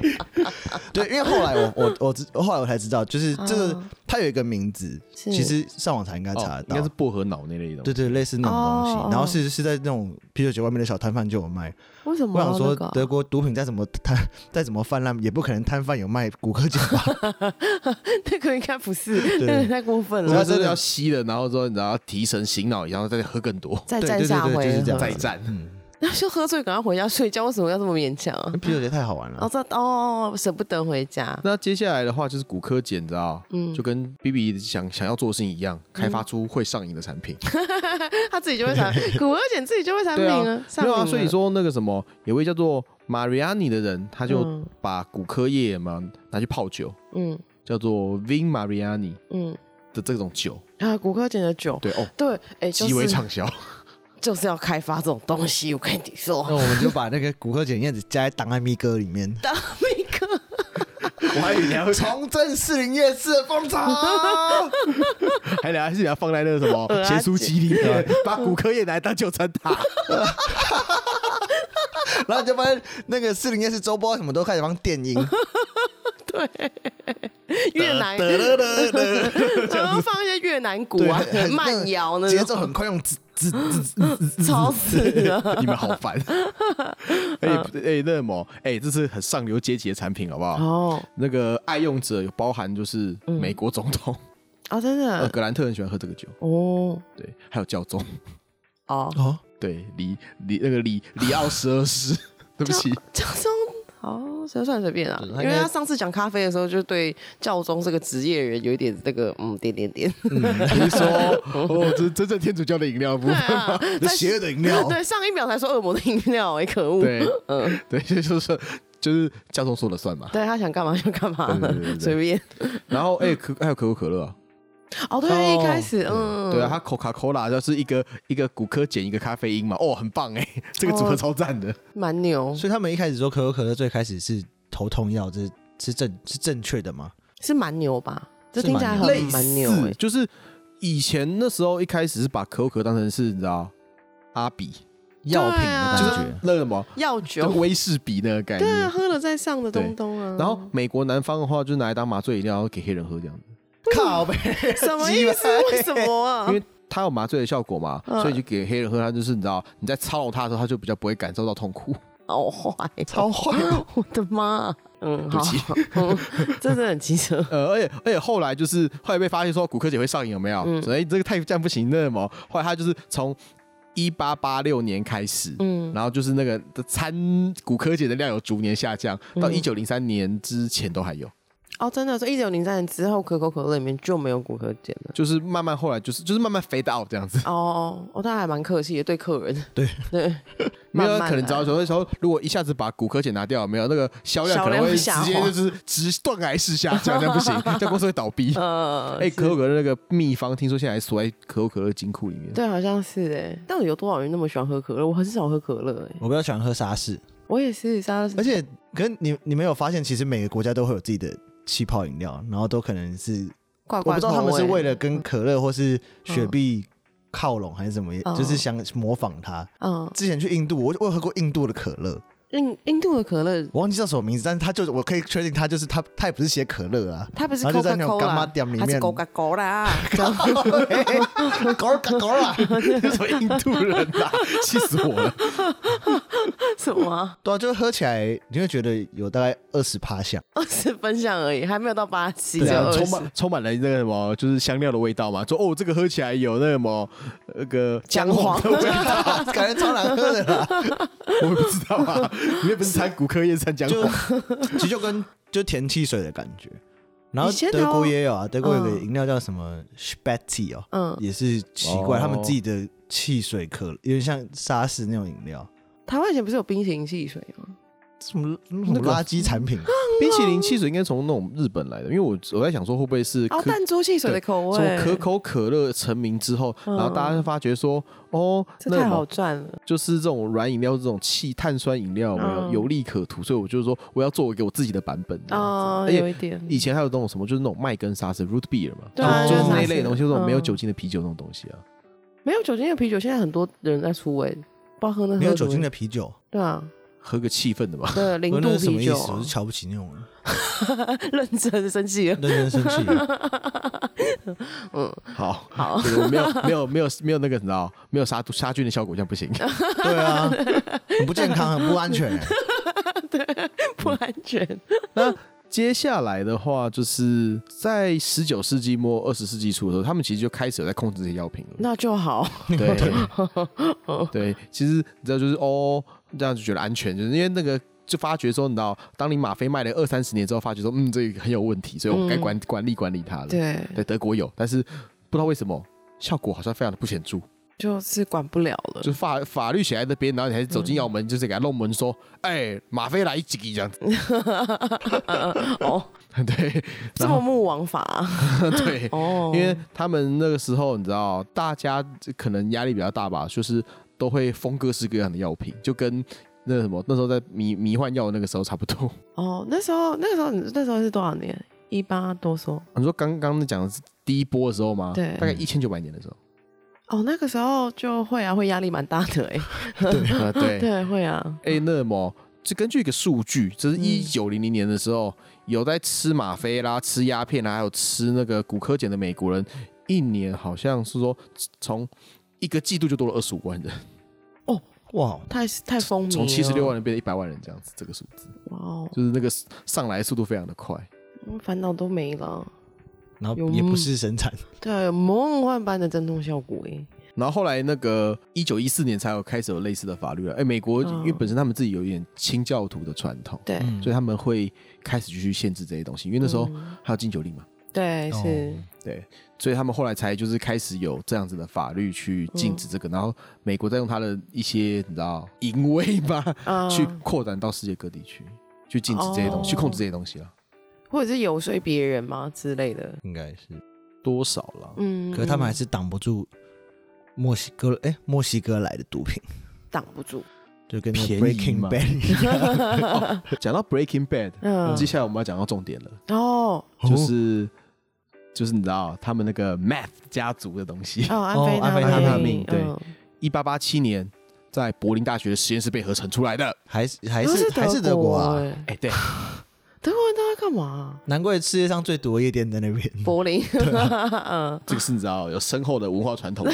Speaker 1: 对，因为后来我我我知后来我才知道，就是这个
Speaker 3: 嗯
Speaker 1: 它有一个名字，
Speaker 3: 是
Speaker 1: 其实上网查哦应该查
Speaker 2: 哦
Speaker 1: 得
Speaker 2: 应该
Speaker 1: 到
Speaker 2: 是。薄荷脑那类的东
Speaker 1: 对
Speaker 2: 西。
Speaker 1: 对，类似那种东
Speaker 3: 哦
Speaker 1: 西，然后是是在那种啤酒节外面的小摊贩就有卖。
Speaker 3: 为什么
Speaker 1: 我
Speaker 3: 要
Speaker 1: 想说
Speaker 3: 那个啊，
Speaker 1: 德国毒品再怎么摊，再怎么泛滥，也不可能摊贩有卖骨科碱 (laughs) 吧？
Speaker 3: (laughs) 那个应该不是，
Speaker 1: 对
Speaker 3: 那个太过分
Speaker 2: 我
Speaker 3: 了
Speaker 2: 们。真的要吸了，然后说你知道要提神醒脑，然后再喝更多，
Speaker 3: 再
Speaker 1: 对
Speaker 3: 战
Speaker 1: 对
Speaker 3: 下
Speaker 1: 对对
Speaker 3: 回
Speaker 1: 就是这样
Speaker 3: 合 (laughs)
Speaker 2: 再战。
Speaker 3: 那就喝醉，赶快回家睡觉，为什么要这么勉强啊？
Speaker 1: 啤酒节太好玩
Speaker 3: 哦，
Speaker 1: 了，
Speaker 3: 这哦，舍不得回家。
Speaker 2: 那接下来的话就是骨科碱，你知道，
Speaker 3: 嗯
Speaker 2: 就跟 B B 想想要做的事情一样，开发出会上瘾的产品。
Speaker 3: (laughs) 他自己就会产， (laughs) 骨科碱自己就会产品啊，上
Speaker 2: 没有
Speaker 3: 瘾
Speaker 2: 啊，
Speaker 3: 了。
Speaker 2: 所以说那个什么，有位叫做 Mariani 的人，他就
Speaker 3: 嗯
Speaker 2: 把骨科液嘛拿去泡酒，
Speaker 3: 嗯
Speaker 2: 叫做 Vin Mariani
Speaker 3: 嗯，
Speaker 2: 的这种酒，
Speaker 3: 啊，骨科碱的酒，
Speaker 2: 对哦，
Speaker 3: 对，哎，就
Speaker 2: 极为
Speaker 3: 是
Speaker 2: 畅销。
Speaker 3: 就是要开发这种东西，我跟你
Speaker 1: 那
Speaker 2: 哦
Speaker 3: 说，
Speaker 1: 我们就把那个骨科碱叶子加在档案咪哥里面，
Speaker 3: 大米哥，
Speaker 2: 我还以为 (laughs) 你要
Speaker 1: 重振士林夜市的风 (laughs) 潮。
Speaker 2: 还聊还是你要放在那个什
Speaker 3: (laughs)
Speaker 2: 么
Speaker 3: 呃啊
Speaker 2: 咸酥鸡里面， (laughs) 把骨科液拿来当九层
Speaker 3: (laughs)
Speaker 2: 塔。
Speaker 1: 然后你就发现那个士林夜市周播什么都开始放电
Speaker 3: (laughs)
Speaker 1: 音，
Speaker 3: (laughs) 越南，
Speaker 2: 得了了了，
Speaker 3: (laughs) 然后放一些越南鼓啊，
Speaker 1: 很
Speaker 3: 慢摇那
Speaker 1: 节
Speaker 3: 种，
Speaker 1: 奏很快，用滋滋滋滋。
Speaker 3: 超死
Speaker 2: (laughs)
Speaker 3: 了。
Speaker 2: 你们好
Speaker 3: (laughs)
Speaker 2: 烦。哎
Speaker 3: 嗯
Speaker 2: 哎，那什么，哎，这是很上流阶级的产品，好不好？
Speaker 3: 哦
Speaker 2: 那个爱用者有包含就是
Speaker 3: 嗯
Speaker 2: 美国总统，
Speaker 3: 啊，真
Speaker 2: 呃，
Speaker 3: 的
Speaker 2: 格兰特很喜欢喝这个酒，
Speaker 3: 哦
Speaker 2: 对，还有教宗，
Speaker 3: 哦，
Speaker 1: 哦，
Speaker 2: 对，里里那个
Speaker 3: (laughs)
Speaker 2: 里里奥十二世， (laughs) 对不起，
Speaker 3: 教宗好，随算随便啊，因
Speaker 1: 他应该
Speaker 3: 为他上次讲咖啡的时候，就对教宗这个职业人有一点那个嗯点点点，
Speaker 2: 你
Speaker 3: (laughs)
Speaker 2: 说哦，这真正天主教的饮料部
Speaker 3: 对
Speaker 2: 分
Speaker 3: 啊，
Speaker 2: (laughs) 吗？，
Speaker 1: 这邪恶的饮料
Speaker 3: 对，上一秒才说恶魔的饮料、哎，可恶，
Speaker 2: 对
Speaker 3: (laughs) 嗯，
Speaker 2: (laughs) 对，就是就是教宗说了算嘛。
Speaker 3: 对他想干嘛就干嘛
Speaker 2: 对对对对对
Speaker 3: 随便。
Speaker 2: 然后哎，可还有可口可乐啊，
Speaker 3: 哦，对，
Speaker 1: 哦
Speaker 3: 一开始嗯，
Speaker 2: 对啊，它 Coca Cola 就是一个一个骨科碱一个咖啡因嘛，哦，很棒哎，这个组
Speaker 3: 哦
Speaker 2: 合超赞的。
Speaker 3: 蛮牛，
Speaker 1: 所以他们一开始说可口可乐最开始是头痛药，这是正是正确的吗？
Speaker 3: 是蛮牛吧？这
Speaker 1: 是
Speaker 3: 听起来
Speaker 1: 蛮
Speaker 3: 很蛮牛哎、
Speaker 2: 就是以前那时候一开始是把可口可乐当成是你知道阿比，
Speaker 1: 药品
Speaker 3: 对啊
Speaker 1: 的
Speaker 2: 就
Speaker 1: 感
Speaker 2: 是
Speaker 1: 觉，
Speaker 2: 那个什
Speaker 3: (laughs)
Speaker 2: 么
Speaker 3: 药
Speaker 2: 就
Speaker 3: 酒，
Speaker 2: 威士比那个概
Speaker 3: 对啊，
Speaker 2: 念。
Speaker 3: 喝了再上的东东啊。
Speaker 2: 然后美国南方的话，就是拿来当麻醉饮料，然后给黑人喝这样子，
Speaker 1: 靠呗，
Speaker 3: 什么意思？为什么啊？
Speaker 2: (laughs) 因为它有麻醉的效果嘛，
Speaker 3: 嗯
Speaker 2: 所以就给黑人喝。它就是你知道，你在操弄它的时候，它就比较不会感受到痛苦。
Speaker 3: (laughs) 好坏哦，
Speaker 1: 超坏
Speaker 3: (laughs) 我的妈！嗯，
Speaker 2: 对
Speaker 3: 好
Speaker 2: 不起，
Speaker 3: (laughs) 嗯，真的很机车。
Speaker 2: 呃，而且而且后来就是后来被发现说骨科姐会上瘾，有没有？
Speaker 3: 嗯
Speaker 2: 所以这个太这样不行，那什么？后来他就是从一八八六年开始，
Speaker 3: 嗯
Speaker 2: 然后就是那个的参骨科姐的量有逐年下降，到
Speaker 3: 嗯
Speaker 2: 一九零三年之前都还有，
Speaker 3: 哦，真的，所以一九零三年之后，可口可乐里面就没有骨科碱了。
Speaker 2: 就是慢慢后来就是就是慢慢 fade out 这样子。
Speaker 3: 哦，哦，他还蛮客气的，对客 (laughs) 人，
Speaker 1: 对
Speaker 3: 对，
Speaker 2: 没有
Speaker 3: 慢慢
Speaker 2: 可能，只
Speaker 3: 来
Speaker 2: 要说那时候如果一下子把骨科碱拿掉，没有那个销量
Speaker 3: 销
Speaker 2: 可能
Speaker 3: 量
Speaker 2: 会
Speaker 3: 会
Speaker 2: 直
Speaker 3: 下
Speaker 2: 接
Speaker 3: 滑
Speaker 2: 就是直断崖式下降，这样不行，这样公司会倒闭。
Speaker 3: (laughs) 呃，
Speaker 2: 哎，可口可乐那个秘方，听说现在还锁在可口可乐金库里面。
Speaker 3: 对，好像是哎。到底有多少人那么喜欢喝可乐？我很少喝可乐哎，
Speaker 1: 我比较喜欢喝沙士，
Speaker 3: 我也是，沙士
Speaker 1: 而且可是你你没有发现，其实每个国家都会有自己的气泡饮料，然后都可能是
Speaker 3: 挂
Speaker 1: 我
Speaker 3: 挂
Speaker 1: 不知道他们
Speaker 3: 头嗯
Speaker 1: 是
Speaker 3: 欸
Speaker 1: 为了跟可乐或是雪碧靠拢还是怎么，就是想模仿它。
Speaker 3: 嗯，
Speaker 1: 之前去印度，我我有喝过印度的可乐，
Speaker 3: 印印度的可乐，
Speaker 1: 我忘记叫什么名字，但是它就是我可以确定它就是它，它也不是写可乐啊，
Speaker 3: 它不是
Speaker 1: 然后就在那
Speaker 3: Coca
Speaker 1: 种干妈
Speaker 3: Cola，
Speaker 1: 店里
Speaker 3: 它是
Speaker 1: 面 (laughs)
Speaker 3: Coca (laughs) Cola，这样
Speaker 1: 狗嘎狗 (laughs) 啦，
Speaker 2: 什么印度人
Speaker 1: (laughs)
Speaker 2: 啊，气死我了！
Speaker 3: 什么啊
Speaker 1: 对啊，就是喝起来你会觉得有大概二十趴
Speaker 3: (laughs)
Speaker 1: 香，
Speaker 3: 二十分享而已，还没有到八七，只
Speaker 1: 对
Speaker 3: 有
Speaker 1: 啊
Speaker 3: 二
Speaker 2: 充
Speaker 3: 十。
Speaker 2: 满充满了那个什么，就是香料的味道嘛。说哦，这个喝起来有那个什么那个
Speaker 3: 姜
Speaker 2: 的 (laughs) 味道，
Speaker 1: 感觉超难喝的啦。
Speaker 2: 我也不知道啊。你也不是掺骨科，也是掺姜
Speaker 1: 就
Speaker 2: 黄。
Speaker 1: 其实就跟就甜汽水的感觉。然后
Speaker 3: 以前的
Speaker 1: 德国
Speaker 3: 哦
Speaker 1: 也有啊，德国有个
Speaker 3: 嗯
Speaker 1: 饮料叫什么 Spatty 哦，
Speaker 3: 嗯，
Speaker 1: 也是奇怪，
Speaker 2: 哦
Speaker 1: 他们自己的汽水可有点像沙士那种饮料，
Speaker 3: 台湾以前不是有冰型汽水吗？
Speaker 1: 什么那种
Speaker 2: 个
Speaker 1: 垃圾
Speaker 3: (laughs)
Speaker 1: 产品，
Speaker 2: 冰淇淋汽水应该从那种日本来的，因为我我在想说会不会是
Speaker 3: 哦，
Speaker 2: 科
Speaker 3: 弹珠汽水的口味，
Speaker 2: 从可口可乐成名之后，
Speaker 3: 嗯
Speaker 2: 然后大家就发觉说，哦，
Speaker 3: 这
Speaker 2: 那
Speaker 3: 太
Speaker 2: 什
Speaker 3: 好
Speaker 2: 么
Speaker 3: 赚了。
Speaker 2: 就是这种软饮料，这种气碳酸饮料有没有
Speaker 3: 嗯
Speaker 2: 有利可图，所以我就说我要做一个我自己的版本
Speaker 1: 啊
Speaker 2: 这样子
Speaker 3: 哦，
Speaker 2: 而且
Speaker 3: 有一点，
Speaker 2: 以前还有那种什么，就是那种麦根沙士 （root beer） 嘛，
Speaker 3: 对啊
Speaker 2: 就是就是
Speaker 1: 就是
Speaker 2: 那一
Speaker 3: 沙
Speaker 2: 类
Speaker 3: 士
Speaker 2: 的东西，就是那种没有
Speaker 3: 嗯
Speaker 2: 酒精的啤酒那种东西啊。
Speaker 3: 没有酒精的啤酒，现在很多人在出味，不知道喝那喝
Speaker 1: 没有
Speaker 3: 什
Speaker 1: 酒
Speaker 3: 么
Speaker 1: 精的，啤酒，
Speaker 3: 对啊，
Speaker 2: 喝个气氛的嘛， (laughs)
Speaker 3: 对零
Speaker 1: 我
Speaker 3: 度
Speaker 1: 那是什么
Speaker 3: 啤
Speaker 1: 意
Speaker 3: 酒
Speaker 1: 思？
Speaker 3: 啊
Speaker 1: 我是，瞧不起那种人，
Speaker 3: 认真生气了。
Speaker 1: 认真生
Speaker 3: (laughs)
Speaker 1: 气。
Speaker 2: 好，好，我没有没有没有没有那个你知道，没有杀毒杀菌的效果，这样不 (laughs) 行。
Speaker 1: 对啊，很不健康，很不安全欸。
Speaker 3: 不安全。
Speaker 2: 那接下来的话，就是在十九世纪末二十世纪初的时候，他们其实就开始有在控制这些药品 (laughs) 了。
Speaker 3: 那就好，
Speaker 2: 对， (laughs) 对，其实你知道，就是哦，这样就觉得安全，就是因为那个。就发觉说，你知道，当你吗啡卖了二三十年之后，发觉说，嗯，这个很有问题，所以我们该管、管理管理它了。
Speaker 3: 对，
Speaker 2: 对，德国有，但是不知道为什么效果好像非常的不显著，
Speaker 3: 呃就是管不了了。
Speaker 2: 就是法法律写在那边，然后你还走进药门，就是给他弄门说，
Speaker 3: 嗯
Speaker 2: 哎、吗啡来一剂
Speaker 3: (laughs)
Speaker 2: 这样子，
Speaker 3: 哦， (laughs)
Speaker 2: 对，
Speaker 3: 这么目王法啊
Speaker 2: 对，
Speaker 3: 哦，
Speaker 2: 因为他们那个时候，你知道，大家可能压力比较大吧，就是都会封各式各样的药品，就跟那什么那时候在迷迷幻药那个时候差不多。 (laughs)
Speaker 3: 哦，那时候那个时候那时候是多少年？一八多说
Speaker 2: 你说刚刚讲的是第一波的时候吗？
Speaker 3: 对
Speaker 2: 大概一千九百年的
Speaker 3: (laughs)
Speaker 2: 时候。
Speaker 3: 哦，那个时候就会啊，会压力蛮大的哎、
Speaker 2: 呃对
Speaker 3: 对，会啊，
Speaker 2: 哎、那么就根据一个数据，就是
Speaker 3: 嗯
Speaker 2: 一九零零年的时候，有在吃吗啡啦、吃鸦片啦，还有吃那个骨科碱的美国人，一年好像是说从一个季度就多了二十五万人，
Speaker 1: 哇，
Speaker 3: 太太风靡了，
Speaker 2: 从七十六万人变成一百万人这样子，这个数字
Speaker 3: 哇哦，
Speaker 2: 就是那个上来速度非常的快。
Speaker 3: 嗯烦恼都没了。
Speaker 1: 然后
Speaker 3: 有
Speaker 1: 也不是生产，
Speaker 3: 对，梦幻般的震动效果哎，
Speaker 2: 然后后来那个一九一四年才有开始有类似的法律了。哎，美国
Speaker 3: 嗯
Speaker 2: 因为本身他们自己有一点清教徒的传统，
Speaker 3: 对、
Speaker 1: 嗯
Speaker 2: 所以他们会开始继续限制这些东西，因为那时候
Speaker 3: 嗯
Speaker 2: 还有禁酒令嘛。
Speaker 3: 对是、
Speaker 1: 哦
Speaker 2: 对，所以他们后来才就是开始有这样子的法律去禁
Speaker 3: 嗯
Speaker 2: 止这个，然后美国再用他的一些你知道淫威吧，
Speaker 1: 哦
Speaker 3: 啊
Speaker 2: 去扩展到世界各地去，去禁止这些东西，
Speaker 3: 哦
Speaker 2: 去控制这些东西了，
Speaker 3: 或者是游说别人嘛之类的。
Speaker 1: 应该是。
Speaker 2: 多少了？
Speaker 3: 嗯，
Speaker 1: 可是他们还
Speaker 3: 是
Speaker 1: 是挡不住墨西哥，哎、墨西哥来的毒品，
Speaker 3: 挡
Speaker 1: (laughs)
Speaker 3: 不住。
Speaker 1: 就跟那个
Speaker 2: 便宜
Speaker 1: Breaking
Speaker 2: 嘛
Speaker 1: Bad 一样。
Speaker 2: 讲到 Breaking Bad，
Speaker 1: 哦
Speaker 3: 嗯
Speaker 2: 接，下来我们要讲到重点了，
Speaker 3: 哦
Speaker 2: (laughs) 就是。就是你知道他们那个 Math 家族的东西，
Speaker 3: 哦，安非
Speaker 1: 安非
Speaker 2: 他
Speaker 3: 他
Speaker 2: 命对
Speaker 3: 嗯
Speaker 2: 一八八七年在柏林大学的实验室被合成出来的。
Speaker 1: 还是还
Speaker 3: 然后
Speaker 1: 是还是德国啊，嗯
Speaker 3: 哎
Speaker 2: 哎、对，
Speaker 3: 德国人都在干嘛？啊
Speaker 1: 难怪世界上最毒的夜店在那边。
Speaker 3: 柏林，
Speaker 1: 啊
Speaker 3: 嗯，
Speaker 2: 这个是你知道有深厚的 (laughs) 文化传统、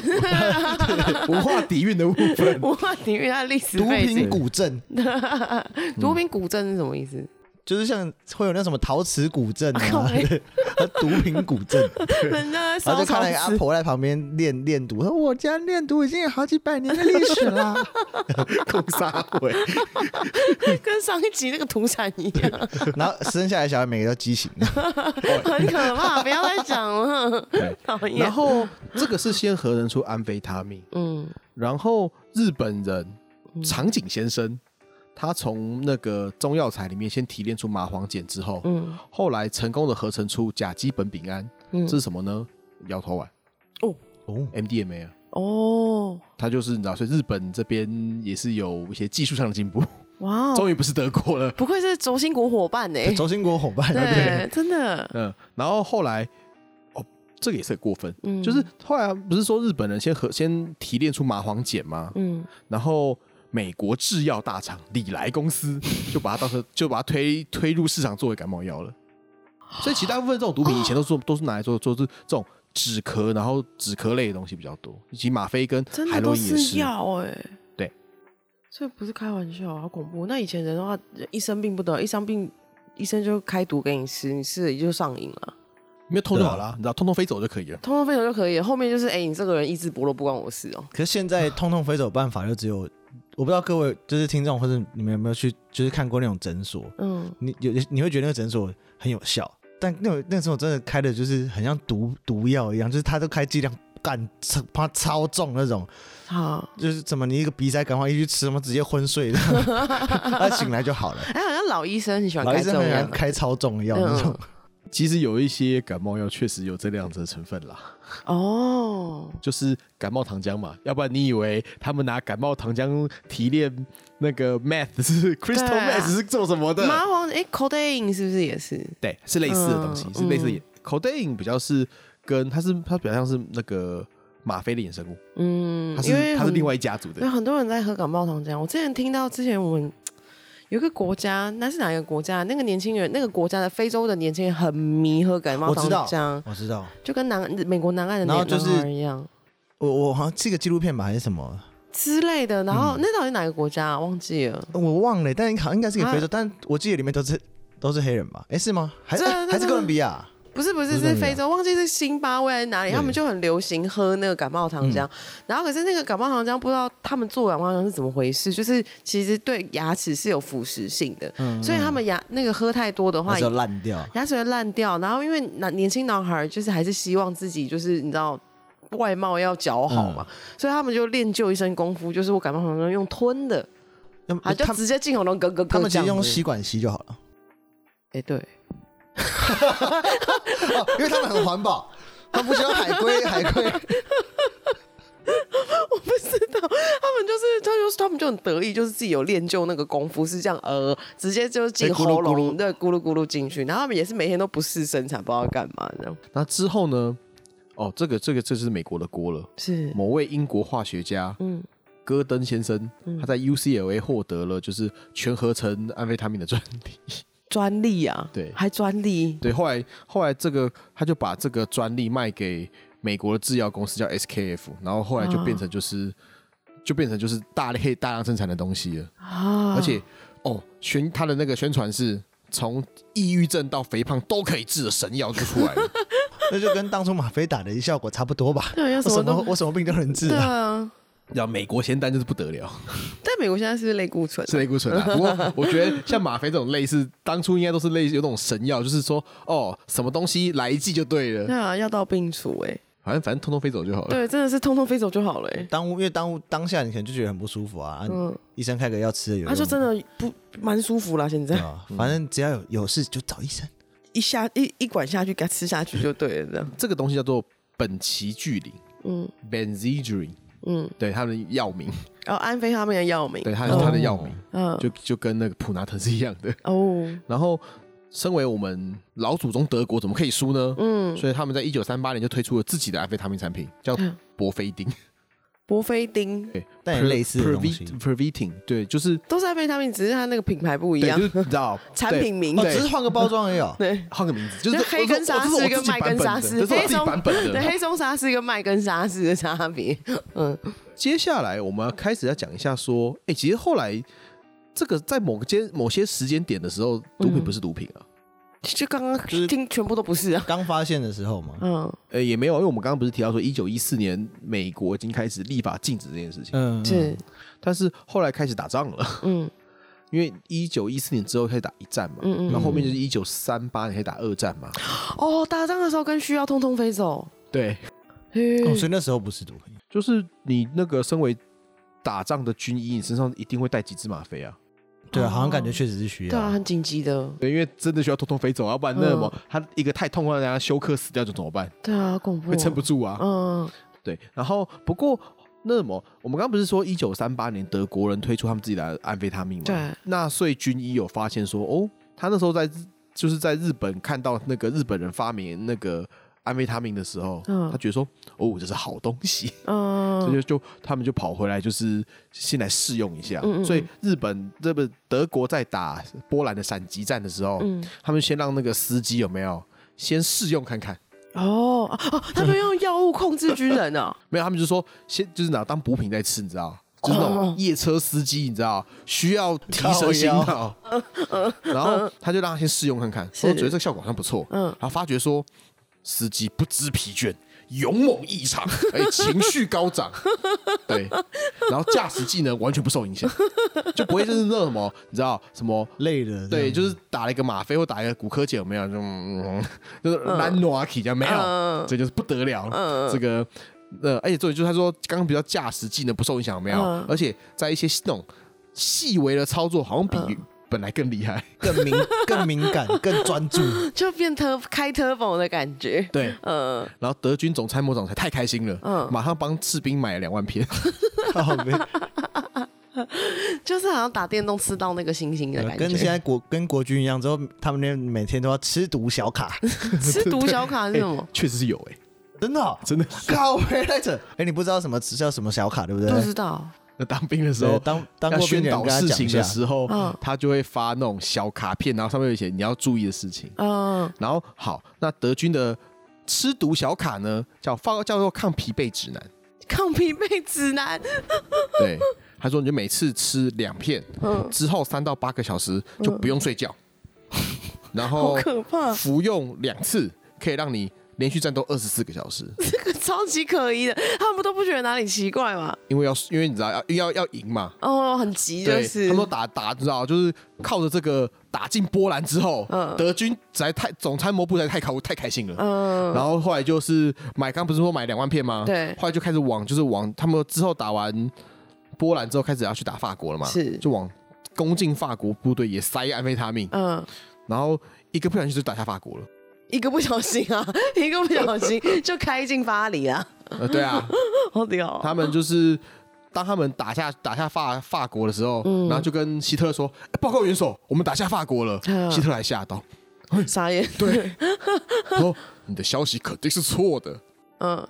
Speaker 2: 文化底蕴的部分。 (laughs)
Speaker 3: 文化底蕴它历史
Speaker 1: 毒
Speaker 3: 背
Speaker 1: 品
Speaker 3: 景，
Speaker 1: 古镇
Speaker 3: 毒品古镇是什么意思？
Speaker 1: 就是像会有那什么陶瓷古镇
Speaker 3: 靠
Speaker 1: 啊
Speaker 3: 北，
Speaker 1: (laughs) 毒品古镇，
Speaker 3: 人
Speaker 1: 然
Speaker 3: 家在烧
Speaker 1: 后就看
Speaker 3: 陶
Speaker 1: 到一个阿
Speaker 3: 瓷，
Speaker 1: 婆在旁边练练毒，她说我家练毒已经有好几百年的历史啦。 (laughs)
Speaker 2: 空沙尾，
Speaker 3: 跟上一集那个土产一样，
Speaker 1: 然后生下来小孩每个都畸形，
Speaker 3: 很可怕，不要再讲了， (laughs)
Speaker 2: 对
Speaker 3: 讨厌。
Speaker 2: 然后这个是先核能出安非他命，
Speaker 3: 嗯，
Speaker 2: 然后日本人长井先生，他从那个中药材里面先提炼出麻黄碱之后，
Speaker 3: 嗯
Speaker 2: 后来成功的合成出甲基苯丙胺，
Speaker 3: 嗯
Speaker 2: 这是什么呢？摇头丸
Speaker 3: 哦
Speaker 1: (laughs) 哦
Speaker 2: MDMA 啊，
Speaker 3: 哦，
Speaker 2: 它就是你知道，所以日本这边也是有一些技术上的进步，
Speaker 3: 哇哦，
Speaker 2: 终于不是德国了。
Speaker 3: 不愧是轴心国伙伴呢，欸
Speaker 1: 轴心国伙伴对，
Speaker 3: (laughs) 对，真的，
Speaker 2: 嗯，然后后来，哦，这个也是很过分，
Speaker 3: 嗯
Speaker 2: 就是后来不是说日本人先和先提炼出麻黄碱吗？
Speaker 3: 嗯，
Speaker 2: 然后美国制药大厂礼来公司就把它当成就把它推推入市场作为感冒药了。所以其实大部分这种毒品以前都是做、都是拿来做做这这种止咳，然后止咳类的东西比较多，以及吗啡跟
Speaker 3: 真
Speaker 2: 海
Speaker 3: 的
Speaker 2: 洛
Speaker 3: 都
Speaker 2: 因也是。
Speaker 3: 药哎、
Speaker 2: 对，
Speaker 3: 这不是开玩笑，好恐怖。那以前人的话，一生病不得，一生病医生就开毒给你吃，你吃了也就上瘾了，
Speaker 2: 没有痛就好了，你知道，通通飞走就可以了。
Speaker 3: 通通飞走就可以了。后面就是哎、你这个人意志薄弱，不关我事哦、
Speaker 1: 可是现在通通飞走办法就只有，我不知道各位就是听众或者你们有没有去就是看过那种诊所，
Speaker 3: 嗯，
Speaker 1: 你有你会觉得那个诊所很有效，但那种那时候真的开的就是很像毒毒药一样，就是他都开剂量干超怕超重那种，
Speaker 3: 好，
Speaker 1: 就是怎么你一个鼻塞感冒一去吃什么直接昏睡的， (laughs) 他醒来就好了。
Speaker 3: 哎、好像老医生很喜欢
Speaker 1: 老
Speaker 3: 开
Speaker 1: 医
Speaker 3: 这
Speaker 1: 生
Speaker 3: 种
Speaker 1: 很喜欢
Speaker 3: 药，
Speaker 1: 开超重的药
Speaker 3: 嗯
Speaker 1: 那种，
Speaker 2: 其实有一些感冒药确实有这样子的成分啦，
Speaker 3: 哦，
Speaker 2: 就是感冒糖浆嘛。要不然你以为他们拿感冒糖浆提炼那个 meth 是 crystal
Speaker 3: 对啊
Speaker 2: meth 是做什么的？
Speaker 3: 麻黄哎 c o d a i n 是不是也是？
Speaker 2: 对，是类似的东西，
Speaker 3: 嗯
Speaker 2: 是类似的
Speaker 3: 嗯
Speaker 2: 衍。口袋饮比较是跟它是它比较像是那个吗啡的衍生物，
Speaker 3: 嗯
Speaker 2: 它，是
Speaker 3: 因为
Speaker 2: 它是
Speaker 3: 很嗯
Speaker 2: 另外一家族
Speaker 3: 有
Speaker 2: 的。
Speaker 3: 很多人在喝感冒糖浆。我之前听到，之前我们有一个国家，那是哪一个国家？那个年轻人，那个国家的非洲的年轻人很迷喝感冒
Speaker 1: 我知
Speaker 3: 糖
Speaker 1: 道
Speaker 3: 浆，
Speaker 1: 我知道。
Speaker 3: 就跟南美国南岸的
Speaker 1: 然后
Speaker 3: 男
Speaker 1: 就是
Speaker 3: 男孩一样
Speaker 1: 我我好像这个纪录片吧还是什么，
Speaker 3: 之类的。
Speaker 1: 嗯
Speaker 3: 然后、那到底是哪个国家、啊？忘记了。
Speaker 1: 我忘了，但好像应该是给非洲，
Speaker 3: 啊
Speaker 1: 但我记得里面都是都是黑人吧？哎，是吗？还是
Speaker 3: 对对
Speaker 1: 还是
Speaker 3: 对
Speaker 1: 哥伦比亚？
Speaker 3: 不是不
Speaker 1: 不
Speaker 3: 是
Speaker 1: 是那
Speaker 3: 是
Speaker 1: 里啊
Speaker 3: 非洲，忘记是辛巴威还是哪里，
Speaker 1: 对嗯
Speaker 3: 他们就很流行喝那个感冒糖浆。然后可是那个感冒糖浆不知道他们做感冒糖浆是怎么回事，就是其实对牙齿是有腐蚀性的，
Speaker 1: 嗯
Speaker 3: 所以他们牙那个喝太多的话
Speaker 1: 还是，要烂掉？
Speaker 3: 牙齿会烂掉，然后因为男年轻男孩就是还是希望自己就是你知道外貌要姣好嘛，所以他们就练就一身功夫，就是我感冒喉咙用吞的，
Speaker 1: 那
Speaker 3: 啊，就
Speaker 1: 他们
Speaker 3: 直接进喉咙咯咯咯
Speaker 1: 他们其
Speaker 3: 这
Speaker 1: 实
Speaker 3: 样
Speaker 1: 用
Speaker 3: 子
Speaker 1: 吸管吸就好了， (laughs)
Speaker 3: 哎、对， (laughs)
Speaker 1: 哦因为他们很环保，他们不需要海龟海龟。
Speaker 3: 我不知道，他们就是他就是他们就很得意，就是自己有练就那个功夫是这样，呃，直接就进喉
Speaker 2: 咕噜咕
Speaker 3: 咙，对，咕噜咕噜进去，然后他们也是每天都不试生产，不知道干嘛这样，
Speaker 2: 那之后呢？哦，这个这个这是美国的锅了。
Speaker 3: 是，
Speaker 2: 某位英国化学家
Speaker 3: 嗯，
Speaker 2: 戈登先生，他在 UCLA 获得了就是全合成安非他命的专
Speaker 3: 嗯
Speaker 2: 利。
Speaker 3: 专利啊，
Speaker 2: 对
Speaker 3: 还专利，
Speaker 2: 对，后来后来这个他就把这个专利卖给美国的制药公司叫 SKF，然后后来
Speaker 3: 啊
Speaker 2: 就变成就是、就变成就是大类大量生产的东西了。
Speaker 3: 啊，
Speaker 2: 而且哦，宣他的那个宣传是从抑郁症到肥胖都可以治的神药就出来了。 (laughs)
Speaker 1: 那就跟当初吗啡打的效果差不多吧。
Speaker 3: 对，要啊
Speaker 1: 我
Speaker 3: 什么
Speaker 1: 什
Speaker 3: 都
Speaker 1: 么我什么病都能治
Speaker 3: 对
Speaker 1: 啊！
Speaker 3: 啊，
Speaker 2: 然后美国仙丹就是不得了，
Speaker 3: 但美国现在是不是类固醇啊、
Speaker 2: 是类固醇啊。不过我觉得像吗啡这种类似，当初应该都是类似有种神药，就是说哦，什么东西来一剂就对了，
Speaker 3: 对啊， (laughs) 药到病除哎、
Speaker 2: 反正反正通通飞走就好了。
Speaker 3: 对，真的是通通飞走就好了、欸。
Speaker 1: 当因为当当下你可能就觉得很不舒服啊，啊
Speaker 3: 嗯，
Speaker 1: 医生开个药吃的有用
Speaker 3: 他
Speaker 1: 吗，
Speaker 3: 就真的不蛮舒服啦，现在、
Speaker 1: 对啊，反正只要有有事就找医生。
Speaker 3: 一下一一管下去，给他吃下去就对了，这样。
Speaker 2: 这个东西叫做苯奇聚灵
Speaker 3: 嗯
Speaker 2: （Benzidrine），
Speaker 3: 嗯，
Speaker 2: 对它的药名，
Speaker 3: 然后安非他命的药名，
Speaker 2: 对啊它
Speaker 3: 哦
Speaker 2: 它的药名，
Speaker 3: 嗯
Speaker 2: 就就跟那个普拿疼是一样的。
Speaker 3: 哦
Speaker 2: 然后，身为我们老祖宗德国，怎么可以输呢？
Speaker 3: 嗯
Speaker 1: (laughs)
Speaker 2: 所以他们在一九三八年就推出了自己的安非他命产品，叫
Speaker 3: 嗯
Speaker 2: 博菲丁。
Speaker 3: 博菲丁
Speaker 2: 对，
Speaker 1: 但也
Speaker 2: per-
Speaker 1: 类似的东西
Speaker 2: pervit- pervitin，对，就是
Speaker 3: 都是安非他命，只是它那个品牌不一
Speaker 2: 对，
Speaker 3: 样
Speaker 2: 就，是你知道
Speaker 3: (laughs) 产
Speaker 2: 对
Speaker 3: 品名
Speaker 1: 哦，
Speaker 2: 对
Speaker 1: 只是换个包装而 (laughs) 已哦。
Speaker 3: 对。
Speaker 2: 换个名字，就是
Speaker 3: 就
Speaker 2: 这
Speaker 3: 黑根沙
Speaker 2: 我
Speaker 3: 士
Speaker 2: 这是我
Speaker 3: 跟麦根沙士，
Speaker 2: 这是我自己版本的。这是我自己版本
Speaker 3: (laughs) 对
Speaker 2: 的
Speaker 3: 黑松沙士跟麦根沙士的差别，嗯，
Speaker 2: 接下来我们要开始要讲一下说，哎、其实后来这个在某个间某些时间点的时候，毒品不是毒品啊，
Speaker 3: 就刚刚
Speaker 1: 就是
Speaker 3: 听全部都不是啊，
Speaker 1: 刚发现的时候嘛，
Speaker 3: 嗯，
Speaker 2: 呃，也没有，因为我们刚刚不是提到说，一九一四年美国已经开始立法禁止这件事情，
Speaker 1: 嗯，
Speaker 3: 是，
Speaker 2: 但是后来开始打仗了， (laughs)
Speaker 3: 嗯
Speaker 2: 因为一九一四年之后开始打一战嘛，
Speaker 3: 嗯嗯
Speaker 2: 然后后面就是一九三八年开始打二战嘛，
Speaker 3: 哦，打仗的时候跟需要通通飞走，
Speaker 2: 对，
Speaker 3: 嘿
Speaker 1: 哦所以
Speaker 2: 啊
Speaker 1: 那时候不是毒品，
Speaker 2: 就是你那个身为打仗的军医，你身上一定会带几支吗啡啊。
Speaker 1: 对啊，好像
Speaker 3: 哦
Speaker 1: 感觉确实是需
Speaker 3: 对啊，
Speaker 1: 要。
Speaker 3: 很紧急的，
Speaker 2: 对，因为真的需要通通飞走，啊要不然那什么，
Speaker 3: 嗯
Speaker 2: 他一个太痛了，让他休克死掉就怎么办？
Speaker 3: 对啊，恐怖，
Speaker 2: 会撑不住啊。
Speaker 3: 嗯，
Speaker 2: 对，然后不过那什么，我们刚刚不是说一九三八年德国人推出他们自己的安非他命吗？
Speaker 3: 对。
Speaker 2: 纳粹军医有发现说，哦，他那时候在日就是在日本看到那个日本人发明那个安非他命的时候，
Speaker 3: 嗯
Speaker 2: 他觉得说，哦，这是好东西，所以
Speaker 3: 嗯，
Speaker 2: (laughs) 就就他们就跑回来，就是先来试用一下。
Speaker 3: 嗯嗯嗯
Speaker 2: 所以日本这不德国在打波兰的闪击战的时候，
Speaker 3: 嗯
Speaker 2: 他们先让那个司机有没有先试用看看。
Speaker 3: 哦哦，
Speaker 2: (laughs)
Speaker 3: 啊他们用药物控制军人啊，
Speaker 2: 没有，他们就说先就是拿当补品在吃，你知道，就是那
Speaker 3: 哦
Speaker 2: 种夜车司机，你知道，需要提神醒脑。然后他就让他先试用看看，哦
Speaker 3: 是
Speaker 2: 我觉得这个效果好像不错。
Speaker 3: 嗯
Speaker 2: 然后发觉说司机不知疲倦。勇猛异
Speaker 3: (laughs)
Speaker 2: 常，哎、情绪高涨，对，然后驾驶技能完全不受影响，就不会就是那什么，你知道什么
Speaker 1: 累了，
Speaker 2: 对，
Speaker 1: 这样
Speaker 2: 就是打了一个吗啡或打一个骨科碱，有没有？就嗯就是兰诺阿奇这样没有
Speaker 3: 嗯，
Speaker 2: 这就是不得了。这个呃，而且重点就是他说刚刚比较驾驶技能不受影响，有没有
Speaker 3: 嗯？
Speaker 2: 而且在一些那种细微的操作，好像比本来更厉害。
Speaker 1: 更敏、 (laughs) 更敏感、更专 (laughs) 注。
Speaker 3: 就变 tur 开 turbo 的感觉，
Speaker 2: 对，
Speaker 3: 嗯，
Speaker 2: 然后德军总参谋长才太开心了，
Speaker 3: 嗯
Speaker 2: 马上帮士兵买了两万片。
Speaker 1: 靠背
Speaker 3: 就是好像打电动吃到那个星星的
Speaker 2: 呃
Speaker 3: 感
Speaker 1: 跟现
Speaker 3: 觉，
Speaker 1: 在国跟国军一样，之后他们那每天都要吃毒小 (laughs) 卡，
Speaker 3: 吃毒小卡是什么？
Speaker 2: (laughs) 确实是有哎、
Speaker 1: 真的哦
Speaker 2: 真的。
Speaker 1: 靠背来着。哎，你不知道什么叫什么小卡对不对？
Speaker 3: 不知道，
Speaker 2: 那当兵的时
Speaker 1: 对
Speaker 2: 候，
Speaker 1: 当当
Speaker 2: 要
Speaker 1: 过兵
Speaker 2: 宣
Speaker 1: 的人
Speaker 2: 导
Speaker 1: 跟他
Speaker 2: 事
Speaker 1: 讲一
Speaker 2: 情的
Speaker 1: 下，
Speaker 2: 时候
Speaker 3: 嗯，
Speaker 2: 他就会发那种小卡片，然后上面有写你要注意的事情。
Speaker 3: 嗯
Speaker 2: 然后好，那德军的吃毒小卡呢，叫放叫做抗疲惫指
Speaker 3: (laughs)
Speaker 2: 南。
Speaker 3: 抗疲惫指南，
Speaker 2: 对，他说你就每次吃两片，
Speaker 3: 嗯，
Speaker 2: 之后三到八个小时就不用睡觉，然
Speaker 3: 好
Speaker 2: 后
Speaker 3: 可怕， (laughs)
Speaker 2: 服用两次可以让你连续战斗二十四个小时，
Speaker 3: 这个超级可疑的，他们都不觉得哪里奇怪嘛？
Speaker 2: 因为要因为你知道要要要赢嘛。
Speaker 3: 哦，很急就
Speaker 2: 对，
Speaker 3: 是，
Speaker 2: 他们都打打，你知道，就是靠着这个打进波兰之后，
Speaker 3: 嗯
Speaker 2: 德军实在太总参谋部实在太开太开心了，
Speaker 3: 嗯，
Speaker 2: 然后后来就是买，刚不是说买两万片吗？
Speaker 3: 对
Speaker 2: 后来就开始往，就是往他们之后打完波兰之后，开始要去打法国了嘛，
Speaker 3: 是
Speaker 2: 就往攻进法国部队也塞安非他命，
Speaker 3: 嗯，
Speaker 2: 然后一个不小心就打下法
Speaker 3: (laughs)
Speaker 2: 国了。
Speaker 3: 一个不小心啊， (laughs) 一个不小心就开进巴黎啊，
Speaker 2: 呃，对啊，
Speaker 3: 好屌哦，
Speaker 2: 他们就是当他们打下打下法法国的时候，然后就跟希特勒说：“哎报告元首，我们打下法国了。
Speaker 3: 嗯
Speaker 2: 希特勒还吓到，
Speaker 3: 傻眼， (laughs)
Speaker 2: 对，他说：“你的消息肯定是错的。
Speaker 3: 嗯。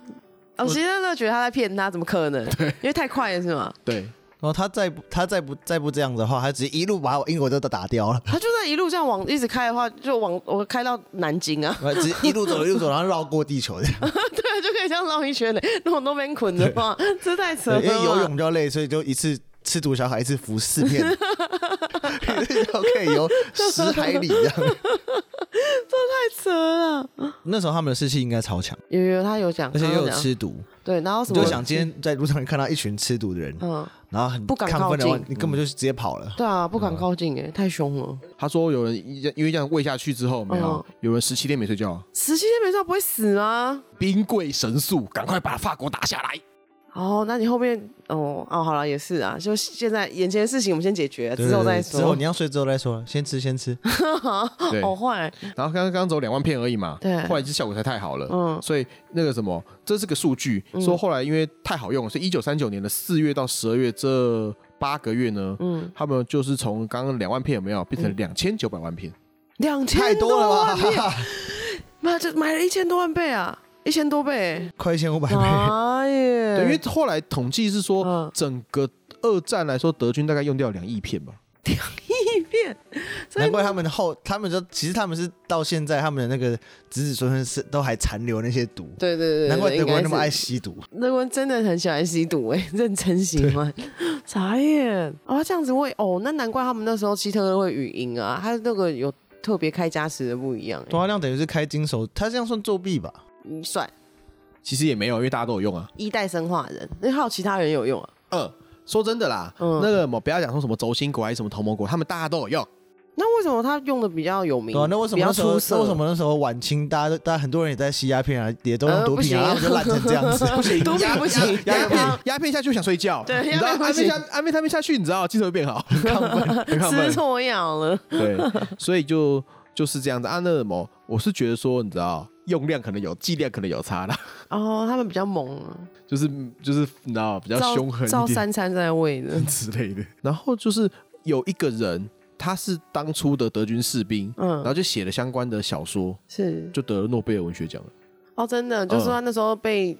Speaker 3: 哦，希特勒觉得他在骗他，怎么可
Speaker 1: (laughs)
Speaker 3: 能？因为太快了，是吗？”
Speaker 2: 对，
Speaker 1: 然哦后他再不他再不再不这样子的话，他直接一路把我英国都打掉了。
Speaker 3: 他就在一路这样往一直开的话，就往我开到南京啊，
Speaker 1: (laughs) 直接一路走一路走，然后绕过地球这样。
Speaker 3: (laughs) 对，就可以这样绕一圈的。如果那边捆的话，这太扯了
Speaker 1: 对
Speaker 3: (laughs) 吧。
Speaker 1: 因为游泳比较累，所以就一次吃毒小卡，一次服四片， (laughs) 然后可以游十海里这样。
Speaker 3: 太扯了。
Speaker 1: (laughs) 那时候他们的士气应该超强，
Speaker 3: 啊有有，他有讲，
Speaker 1: 而且
Speaker 3: 他
Speaker 1: 又有
Speaker 3: 讲
Speaker 1: 吃毒。
Speaker 3: 对，然后什
Speaker 1: 你
Speaker 3: 么
Speaker 1: 就想今天在路上看到一群吃毒的人，
Speaker 3: 嗯，
Speaker 1: 然后很
Speaker 3: 不敢
Speaker 1: 亢奋的话
Speaker 3: 靠近，嗯
Speaker 1: 你根本就直接跑了。
Speaker 3: 对啊，不敢靠近哎、
Speaker 1: 嗯
Speaker 3: 太凶了。
Speaker 2: 他说有人因为这样喂下去之后，没
Speaker 3: 嗯
Speaker 2: 有、有人十七天没睡觉啊。
Speaker 3: 十七天没照不会死吗？
Speaker 2: 兵贵神速，赶快把法国打下来。
Speaker 3: 哦，那你后面哦哦，好了，也是啊，就现在眼前的事情我们先解决，
Speaker 1: 对
Speaker 3: 之后
Speaker 1: 对对
Speaker 3: 再说。
Speaker 1: 之后你要睡之后再说，先吃先吃。
Speaker 2: 对
Speaker 3: (laughs) 好坏，
Speaker 2: 然后刚刚刚走两万片而已嘛，
Speaker 3: 哦对
Speaker 2: 后来这效果才太好了，
Speaker 3: 嗯
Speaker 2: 所以那个什么，这是个数据，说后来因为太好用了，所以一九三九年的四月到十二月这八个月呢，
Speaker 3: 嗯，
Speaker 2: 他们就是从刚刚两万片有没有变成两千九百万片，
Speaker 3: 两
Speaker 1: 太
Speaker 3: 千
Speaker 1: 多了
Speaker 3: 万倍，
Speaker 1: 吧，
Speaker 3: 妈就买了一千多万倍啊，一千多倍、
Speaker 1: (laughs) 快一千五百倍。
Speaker 3: 妈耶！
Speaker 2: 对，因因为
Speaker 3: 人
Speaker 2: 后来统计是说
Speaker 3: 嗯，
Speaker 2: 整个二战来说，德军大概用掉两亿片吧。
Speaker 3: 一遍，所
Speaker 1: 难
Speaker 3: 以
Speaker 1: 怪他们后，他们就其实他们是到现在，他们的那个子子孙孙是都还残留那些毒，
Speaker 3: 对对对，对
Speaker 1: 难怪德国人那么。
Speaker 3: 应该
Speaker 1: 爱
Speaker 3: 是
Speaker 1: 吸毒。
Speaker 3: 德国人真的很喜欢吸毒哎、认真喜欢。 (laughs) 傻眼啊、哦，这样子会哦，那难怪他们那时候希特勒会语音啊，他那个有特别开加时的不一样、欸
Speaker 1: 多，发啊亮等于是开金手，他这样算作弊吧？
Speaker 3: 嗯算
Speaker 2: 其实也没有，因为大家都有用啊。
Speaker 3: 一代生化人，那还有其他人有用啊？
Speaker 2: 嗯，说真的啦，
Speaker 3: 嗯
Speaker 2: 那个某不要讲说什么轴心国还是什么同盟国，他们大家都有用。
Speaker 3: 那为什么他用的比较有名？
Speaker 1: 对啊，那为什么
Speaker 3: 比较
Speaker 1: 那时候
Speaker 3: 出
Speaker 1: 那
Speaker 3: 色？
Speaker 1: 为什么那时候晚清大家都大家很多人也在吸鸦片啊，也都用
Speaker 3: 呃
Speaker 1: 毒品啊，他
Speaker 3: 不
Speaker 1: 们
Speaker 3: 行
Speaker 1: 就烂成这样子。
Speaker 3: (laughs) 不行，毒品不行，
Speaker 2: 鸦
Speaker 3: 鸦片
Speaker 2: 片鸦片下去就想睡觉，
Speaker 3: 对
Speaker 2: 你知道
Speaker 3: 鸦片不
Speaker 2: 安慰
Speaker 3: 行
Speaker 2: 下安慰他们下去，你知道精神会变好， (laughs) 很亢奋，很亢
Speaker 3: 吃
Speaker 2: 奋。
Speaker 3: 错药了。
Speaker 2: 对，所以就就是这样子啊。那么我是觉得说，你知道用量可能有，剂量可能有差啦，
Speaker 3: 哦，他们比较猛啊，
Speaker 2: 就是就是你知道比较
Speaker 3: 照
Speaker 2: 凶狠
Speaker 3: 照
Speaker 2: 一点。
Speaker 3: 三餐在喂的
Speaker 2: 之类的。然后就是有一个人，他是当初的德军士兵，然
Speaker 3: 嗯，
Speaker 2: 后就写了相关的小说，
Speaker 3: 是
Speaker 2: 就得了诺贝尔文学奖了。
Speaker 3: 哦，真的，
Speaker 2: 嗯
Speaker 3: 就是他那时候被。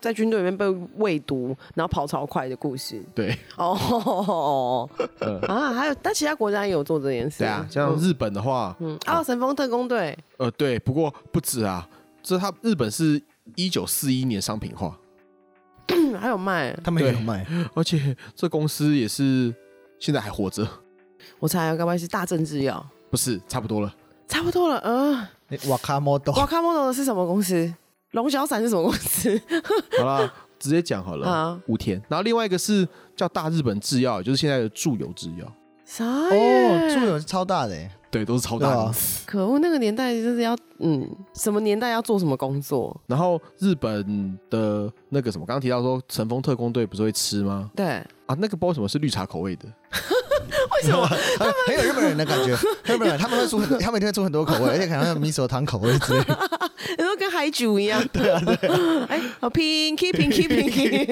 Speaker 3: 在军队里面被喂毒，然后跑超快的故事
Speaker 2: 对，
Speaker 3: 哦
Speaker 2: 嗯
Speaker 3: (laughs) 啊，还有，但其他国家也有做这件事。
Speaker 2: 对啊，像日本的话，
Speaker 3: 嗯，啊，神风特工队
Speaker 2: 呃，对，不过不止啊，这他日本是一九四一年商品化，
Speaker 3: 嗯还有卖，
Speaker 1: 他们也有
Speaker 2: 对
Speaker 1: 卖，
Speaker 2: 而且这公司也是现在还活着，
Speaker 3: 我猜该不会是大政制药？
Speaker 2: 不是差不多了。
Speaker 3: 差不多了，嗯、
Speaker 1: 瓦卡莫多
Speaker 3: 哇，卡莫多是什么公司？龙角散是什么公司？
Speaker 2: 好啦，直接讲好了，
Speaker 3: 啊，
Speaker 2: 五天。然后另外一个是叫大日本制药，也就是现在的住友制药，
Speaker 3: 啥
Speaker 1: 哦，
Speaker 3: 耶？
Speaker 1: 猪油是超大的耶，
Speaker 2: 对，都是超大
Speaker 1: 对
Speaker 2: 公
Speaker 1: 啊
Speaker 2: 司。
Speaker 3: 可恶，那个年代就是要嗯，什么年代要做什么工作？
Speaker 2: 然后日本的那个什么，刚刚提到说神风特工队不是会吃吗？
Speaker 3: 对，
Speaker 2: 啊，那个包什么是绿茶口味的？
Speaker 3: 为什
Speaker 1: (laughs)
Speaker 3: 么？
Speaker 1: 很很有日本人的感
Speaker 3: (laughs)
Speaker 1: 觉。日本人他们会出很，他们一定会出很多口味，而且可能有米索汤口味之类的。 (laughs)
Speaker 3: 你说跟海主一样？ (laughs) 对啊，对。 (laughs) 哎，好 pinky pinky pinky，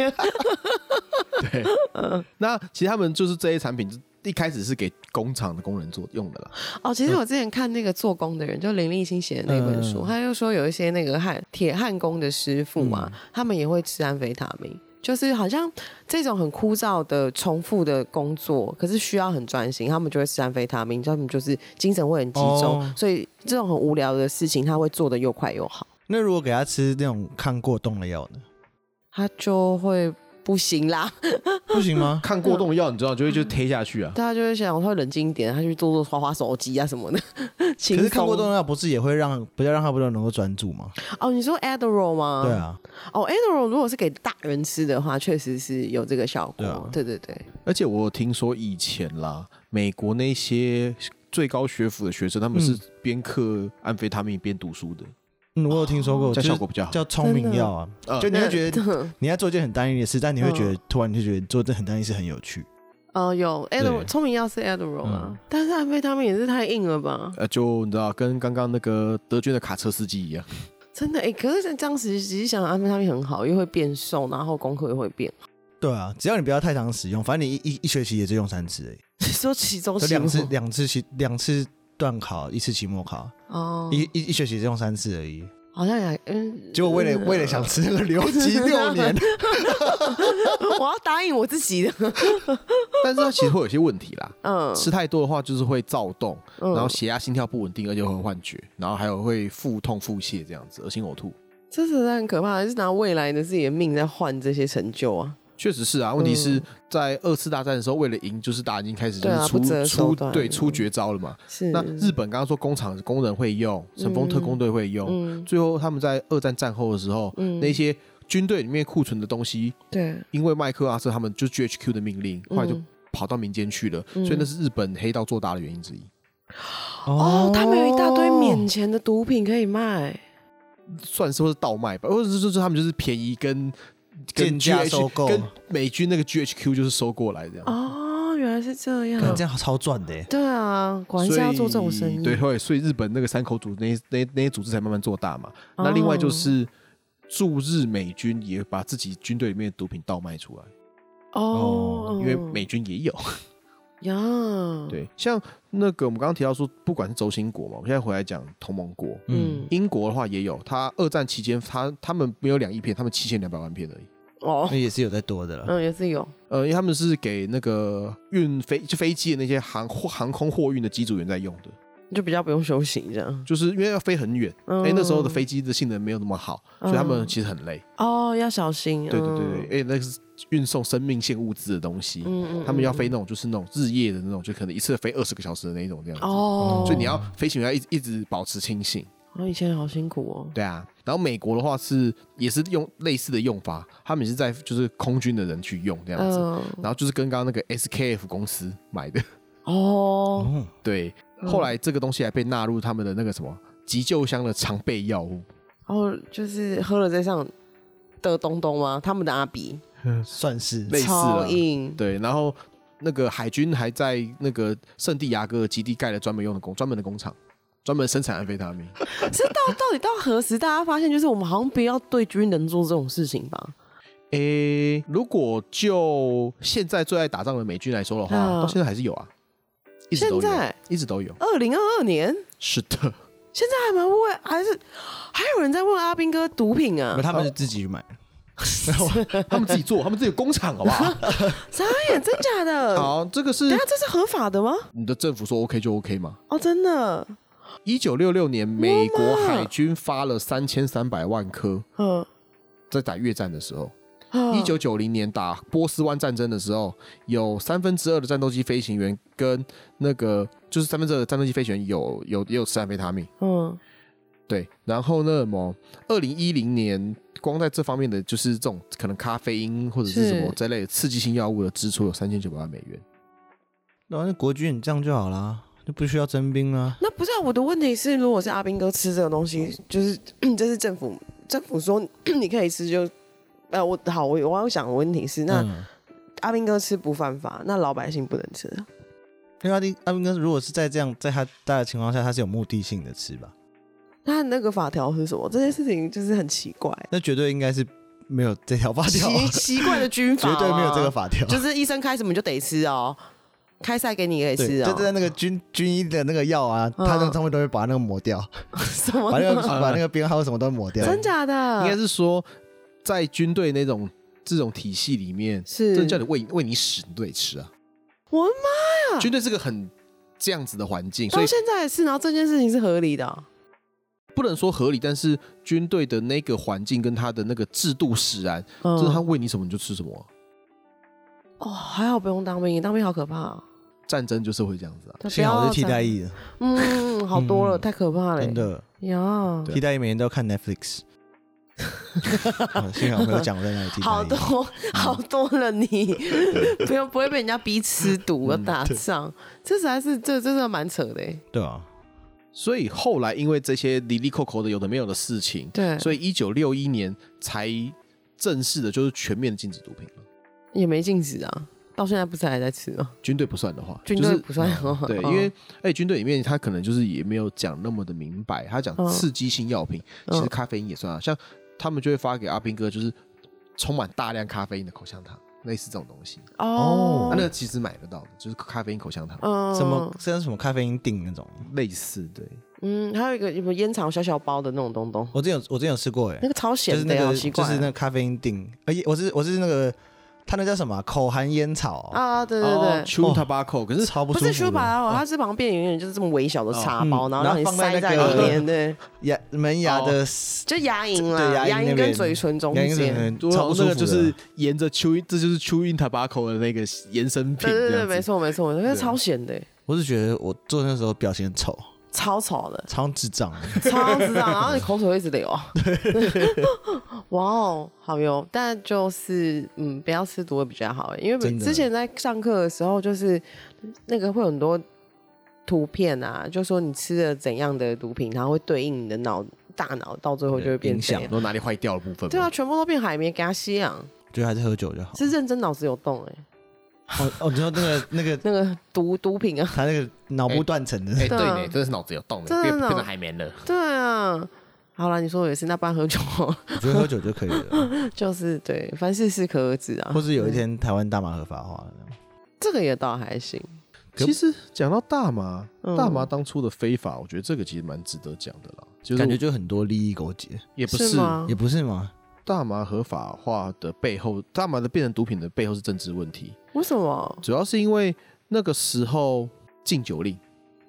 Speaker 2: 对， (laughs) 那其实他们就是这些产品，一开始是给工厂的工人做用的啦。
Speaker 3: (laughs) 哦，其实我之前看那个做工的人，就林立新写的那本书，
Speaker 1: 嗯
Speaker 3: 他就说有一些那个焊铁焊工的师傅啊，他们也会吃安非他命。就是好像这种很枯燥的、重复的工作，可是需要很专心，他们就会吃安非他命，他们就是精神会很集中，
Speaker 1: 哦
Speaker 3: 所以这种很无聊的事情，他会做的又快又好，
Speaker 1: 那如果给他吃那种抗过动的药呢？
Speaker 3: 他就会不行啦。
Speaker 1: 不行吗？
Speaker 2: 看过动的药，你知道就会就贴下去啊。
Speaker 3: 大家就会想，他会冷静一点，他去做做滑滑手机啊
Speaker 1: (laughs)
Speaker 3: 什么的。可
Speaker 1: 可是抗过动的药不是也会让不要让他不能够专注吗？
Speaker 3: 哦，你说 Adderall 吗？
Speaker 1: 对。啊，
Speaker 3: 哦，Adderall 如果是给大人吃的话，确实是有这个效果。
Speaker 1: 对啊
Speaker 3: 对对对，
Speaker 2: 而且我有听说以前啦，美国那些最高学府的学生，他们是边嗑安非他命边读书的，
Speaker 1: 嗯，我有听说过，
Speaker 2: 哦这
Speaker 1: 就
Speaker 2: 样
Speaker 1: 是
Speaker 2: 效果比较好。
Speaker 1: 叫聪明药啊
Speaker 2: 真
Speaker 1: 就你
Speaker 2: 的，
Speaker 1: 会
Speaker 3: 呃
Speaker 1: 觉得
Speaker 3: (laughs) 得，
Speaker 1: 你在做一件很单一的事，但你会觉得突然就觉得做这很单一是很有趣。
Speaker 3: 哦，有 Adderall，
Speaker 1: 对
Speaker 3: 聪明药是 Adderall 啊，
Speaker 1: 嗯
Speaker 3: 但是安非他命也是太硬了吧？
Speaker 2: 呃，就你知道，跟刚刚那个德军的卡车司机一样，
Speaker 3: 真的哎、可是当时仔细想，安非他命很好，又会变瘦，然后功课又会变。
Speaker 1: 对啊，只要你不要太常使用，反正你一一一学期也就用三次而已，
Speaker 3: (laughs) 说其中
Speaker 1: 就
Speaker 3: 期
Speaker 1: 两次
Speaker 3: 末
Speaker 1: 两次期两次段考，一次期末考，
Speaker 3: 哦，
Speaker 1: 一一一学期只用三次而已。
Speaker 3: 好像也
Speaker 1: (laughs)
Speaker 3: 嗯， (laughs)
Speaker 1: 结果为了为了想吃那个留 (laughs) 级六年，
Speaker 3: 我要答应我自己的，
Speaker 2: (laughs) 但是它其实会有一些问题啦。
Speaker 3: 嗯，
Speaker 2: 吃太多的话，就是会躁动，
Speaker 3: 嗯
Speaker 2: 然后血压、心跳不稳定，而且会幻觉，然后还有会腹痛、腹泻这样子，恶心呕吐。
Speaker 3: 这实在很可怕，是拿未来的自己的命在换这些成就啊！
Speaker 2: 确实是
Speaker 1: 嗯
Speaker 2: 啊，问题是在二次大战的时候，为了赢，就是大家已经开始就
Speaker 3: 对啊
Speaker 2: 是出、
Speaker 3: 不择手
Speaker 2: 出
Speaker 3: 段
Speaker 2: 对出绝招了嘛。
Speaker 3: 是，
Speaker 2: 那日本哦刚刚说工厂工人会用，神风特工队会用，
Speaker 3: 嗯，
Speaker 2: 最后他们在二战战后的时候，
Speaker 3: 嗯
Speaker 2: 那些军队里面库存的东西，
Speaker 3: 对，
Speaker 2: 因为麦克阿瑟他们就是 GHQ 的命令，后来就
Speaker 3: 嗯
Speaker 2: 跑到民间去了，
Speaker 3: 嗯
Speaker 2: 所以那是日本黑道做大的原因之一。
Speaker 3: 哦，他们有一大堆
Speaker 1: 哦
Speaker 3: 免钱的毒品可以卖，
Speaker 2: 算是或是倒卖吧，或者是就是他们就是便宜跟跟
Speaker 1: 贱价
Speaker 2: GH
Speaker 1: 收购
Speaker 2: 跟美军那个 GHQ 就是收过来这样。
Speaker 3: 哦，原来是这
Speaker 1: 干
Speaker 3: 样
Speaker 1: 这，样超赚的耶。欸
Speaker 3: 对啊，果然
Speaker 2: 所
Speaker 3: 是
Speaker 2: 以
Speaker 3: 要做这种生意，
Speaker 2: 对，对，所以日本那个山口组那那那些组织才慢慢做大嘛。那另外就
Speaker 3: 哦
Speaker 2: 是驻日美军也把自己军队里面的毒品倒卖出来，
Speaker 3: 哦，
Speaker 2: 因为美军也有。
Speaker 3: 呀，，嗯
Speaker 2: (laughs) 对，像那个我们刚刚提到说，不管是轴心国嘛，我们现在回来讲同盟国，
Speaker 1: 嗯，
Speaker 3: 嗯，
Speaker 2: 英国的话也有，它二战期间它他们没有两亿片，他们七千两百万片而已。
Speaker 3: 哦
Speaker 1: 那，也是有在多的了。
Speaker 3: 嗯，也是有，
Speaker 2: 呃，因为他们是给那个运飞就飞机的那些航货航空货运的机组员在用的，
Speaker 3: 就比较不用休息这样。
Speaker 2: 就是因为要飞很远，哎、
Speaker 3: 嗯
Speaker 2: 那时候的飞机的性能没有那么好，所以他们
Speaker 3: 嗯
Speaker 2: 其实很累。
Speaker 3: 哦，要小心。
Speaker 2: 对对
Speaker 3: 嗯
Speaker 2: 对，对，而且那个是运送生命线物资的东西，
Speaker 3: 嗯嗯
Speaker 2: 他们要
Speaker 3: 嗯
Speaker 2: 飞那种就是那种日夜的那种，就可能一次飞二十个小时的那一种这样子。
Speaker 3: 哦，
Speaker 2: 嗯所以你要飞行员要一直一直保持清醒，
Speaker 3: 我以前好辛苦哦。
Speaker 2: 对啊。然后美国的话是也是用类似的用法，他们也是在就是空军的人去用这样子，
Speaker 3: 嗯，
Speaker 2: 然后就是跟刚刚那个 SKF 公司买的， (laughs)
Speaker 3: 哦，
Speaker 1: 哦，
Speaker 2: 对。
Speaker 3: 嗯
Speaker 2: 后来这个东西还被纳入他们的那个什么急救箱的常备药物，
Speaker 3: 然后就是喝了再上的东东吗？他们的阿比
Speaker 1: 算是
Speaker 2: 类似啊
Speaker 3: 超
Speaker 2: 了， (laughs)
Speaker 3: 硬，
Speaker 2: 对。然后那个海军还在那个圣地亚哥基地盖了专门用的工专门的工厂，专门生产安非他命。
Speaker 3: 是到到底到何时大家发现，就是我们好像不要对军人做这种事情吧？
Speaker 2: 诶、如果就现在最爱打仗的美军来说的话，
Speaker 3: 嗯
Speaker 2: 到现在还是有啊，一直都
Speaker 3: 现
Speaker 2: 有，
Speaker 3: 在
Speaker 2: 一直都有。
Speaker 3: 二零二二年，
Speaker 2: 是的，
Speaker 3: 现在还蛮问，还是还有人在问阿斌哥毒品啊
Speaker 1: 没有？他们是自己去买。
Speaker 2: 他们自己做，他们自己有工厂，好不
Speaker 3: (laughs)
Speaker 2: 好？
Speaker 3: 傻眼，真假
Speaker 2: (laughs)
Speaker 3: 的？
Speaker 2: 好，这个是
Speaker 3: 等一下这是合法的吗？
Speaker 2: 你的政府说 OK 就 OK 吗？
Speaker 3: 哦，真的，
Speaker 2: 一九六六年，美国海军发了三千三百万颗，
Speaker 3: 嗯，
Speaker 2: 在打越战的时候。
Speaker 3: 嗯
Speaker 2: 一九九零年打波斯湾战争的时候，有三分之二的战斗机飞行员跟那个就是三分之二的战斗机飞行员有有也有吃安非他命。
Speaker 3: 嗯
Speaker 2: 对，然后呢，么二零一零年，光在这方面的就是这种可能咖啡因或者是什么
Speaker 3: 是
Speaker 2: 这类的刺激性药物的支出有三千九百万美元。
Speaker 1: 然啊后那国军你这样就好啦，就不需要征兵啦。
Speaker 3: 那不是、啊、我的问题是，如果是阿兵哥吃这个东西，就是 (clears throat) 这是政府政府说 (clears throat) 你可以吃就，呃，我好，我我要想的问题是，那、
Speaker 1: 嗯
Speaker 3: 阿兵哥吃不犯法，那老百姓不能吃啊
Speaker 1: 因为阿丁阿兵哥如果是在这样在他大的情况下，他是有目的性的吃吧？
Speaker 3: 那那个法条是什么？这件事情就是很奇怪，
Speaker 1: 那绝对应该是没有这条法
Speaker 3: 奇
Speaker 1: 条，啊
Speaker 3: 奇怪的军法、
Speaker 1: 绝对没有这个
Speaker 3: 法，
Speaker 1: 法条。
Speaker 3: 啊
Speaker 1: 啊
Speaker 3: 就是医生开什么你就得吃哦，开塞给你也得
Speaker 1: 对，
Speaker 3: 吃哦，
Speaker 1: 就在那个军军医的那个药啊，
Speaker 3: 嗯
Speaker 1: 他那个上面都会把那个抹掉，
Speaker 3: 什么
Speaker 1: 把那个
Speaker 3: 呢？
Speaker 1: 把那个编号什么都抹掉。
Speaker 3: 真假的？
Speaker 2: 应该是说，在军队那种这种体系里面，
Speaker 3: 是
Speaker 2: 真的叫你喂喂你屎，你都得吃啊。
Speaker 3: 我的
Speaker 2: 军队是个很这样子的环境，
Speaker 3: 妈，
Speaker 2: 所
Speaker 3: 到
Speaker 2: 以
Speaker 3: 现在也是，然后这件事情是合理的哦、
Speaker 2: 不能说合理，但是军队的那个环境跟他的那个制度使然，
Speaker 3: 嗯
Speaker 2: 就是他喂你什么你就吃什么啊。
Speaker 3: 哦，还好不用当兵，当兵好可怕、哦。
Speaker 2: 战争就是会这样子啊。
Speaker 1: 幸好是替代 (laughs)
Speaker 3: 役。
Speaker 1: 役的，
Speaker 3: 嗯，好多了，
Speaker 1: 嗯
Speaker 3: 太可怕了、
Speaker 1: 真的，
Speaker 3: 呀，
Speaker 2: 对
Speaker 1: 替代役每天都要看 (laughs) Netflix。哦幸好没有讲我在哪里替代役。
Speaker 3: 好多 (laughs) 好多了你，不用不会被人家逼吃毒要打仗，这实在是这这真的蛮扯的欸。
Speaker 1: 对啊，
Speaker 2: 所以后来因为这些离离扣扣的有的没有的事情，
Speaker 3: 对，
Speaker 2: 所以一九六一年才正式的就是全面的禁止毒品了。
Speaker 3: 也没禁止啊，到现在不是还在吃吗？
Speaker 2: 军队不算的话，
Speaker 3: 军
Speaker 2: 就
Speaker 3: 队
Speaker 2: 是
Speaker 3: 不算很好，
Speaker 2: 对，
Speaker 3: 嗯
Speaker 2: 因为哎、军队里面他可能就是也没有讲那么的明白，他讲
Speaker 3: 嗯
Speaker 2: 刺激性药品，
Speaker 3: 嗯
Speaker 2: 其实咖啡因也算啊，像他们就会发给阿兵哥就是充满大量咖啡因的口香糖，类似这种东西，
Speaker 1: 哦
Speaker 2: 啊
Speaker 3: 哦，
Speaker 2: 那个其实买得到的，就是咖啡因口香糖，
Speaker 3: 嗯
Speaker 1: 什么像什么咖啡因锭那种，
Speaker 2: 类似对，
Speaker 3: 嗯，还有一个什么烟肠小小包的那种东东，
Speaker 1: 我之前有我之前有吃过哎
Speaker 3: 那，个超
Speaker 1: 就
Speaker 3: 咸
Speaker 1: 是
Speaker 3: 的
Speaker 1: 那
Speaker 3: 欸，好
Speaker 1: 个
Speaker 3: 奇
Speaker 1: 就
Speaker 3: 怪
Speaker 1: 是那个咖啡因锭，而且我是我是那个它那叫什么啊口含烟草，
Speaker 3: 啊，对对
Speaker 2: 哦
Speaker 3: 对。
Speaker 2: ，chew tobacco，可是
Speaker 1: 超不
Speaker 3: 不
Speaker 1: 舒服
Speaker 3: 是
Speaker 1: 的。
Speaker 3: 修把哦，它是旁边有点就是这么微小的茶
Speaker 1: 哦
Speaker 3: 包，
Speaker 1: 嗯
Speaker 3: 然
Speaker 1: 然
Speaker 3: 后让
Speaker 1: 后
Speaker 3: 你
Speaker 1: 放在那
Speaker 3: 塞在
Speaker 1: 个
Speaker 3: 里
Speaker 1: (laughs)
Speaker 3: 面，对，
Speaker 1: 牙门牙
Speaker 3: 哦
Speaker 1: 的
Speaker 3: 就牙龈
Speaker 1: 对
Speaker 3: 啦，
Speaker 1: 牙龈
Speaker 3: 牙龈
Speaker 1: 那
Speaker 3: 跟
Speaker 1: 边
Speaker 3: 嘴唇中
Speaker 1: 牙龈
Speaker 3: 间，
Speaker 1: 很
Speaker 2: 多
Speaker 1: 超
Speaker 2: 少
Speaker 1: 不舒
Speaker 2: 啊
Speaker 1: 服
Speaker 2: 那个
Speaker 1: 的，啊
Speaker 2: 就是沿着 chewing，这就是 chewing tobacco 的那个延伸品，
Speaker 3: 对对
Speaker 2: 这
Speaker 3: 对，
Speaker 2: 样子
Speaker 3: 没错没错没错，那超咸的欸，
Speaker 1: 我是觉得我做那时候表情很丑，，
Speaker 3: 超吵的
Speaker 1: 超智障。
Speaker 3: 超知道，然后你口水会一直流。啊 (laughs) 哇哦，好哟！但就是嗯，不要吃毒的比较好欸，因为
Speaker 1: 真的
Speaker 3: 之前在上课的时候，就是那个会有很多图片啊，就说你吃了怎样的毒品，它会对应你的脑大脑，到最后就会变
Speaker 1: 影
Speaker 3: 怎
Speaker 1: 响
Speaker 3: 样
Speaker 2: 然。后哪里坏掉的部分吗。
Speaker 3: 对啊，全部都变海绵给它吸氧，
Speaker 1: 觉得还是喝酒就好。
Speaker 3: 是认真脑子有动哎、
Speaker 1: 哦哦，你说那个那个
Speaker 3: 那个毒毒品啊，
Speaker 1: 他那个脑部断层的，
Speaker 2: 哎、
Speaker 3: 对
Speaker 2: 对
Speaker 3: 啊
Speaker 2: 呢，真的是脑子有洞
Speaker 3: 真
Speaker 2: 的，
Speaker 3: 的
Speaker 2: 变变
Speaker 3: 脑
Speaker 2: 成海绵了。
Speaker 3: 对啊。好啦，你说的也是，那不然喝酒好了
Speaker 1: 我觉得喝酒就可以了。
Speaker 3: 就是对，凡事适可而止啊。
Speaker 1: 或是有一天台湾大麻合法化了，
Speaker 3: 这个也倒还行，
Speaker 1: 可
Speaker 2: (laughs) 其实讲到大麻，
Speaker 3: 嗯
Speaker 2: 大麻当初的非法，我觉得这个其实蛮值得讲的啦。就是
Speaker 1: 感觉就很多利益勾结，
Speaker 2: 也不
Speaker 3: 是吗
Speaker 1: 也不是吗？
Speaker 2: 大麻合法化的背后，大麻的变成毒品的背后是政治问题，
Speaker 3: 为什么？
Speaker 2: 主要是因为那个时候禁酒令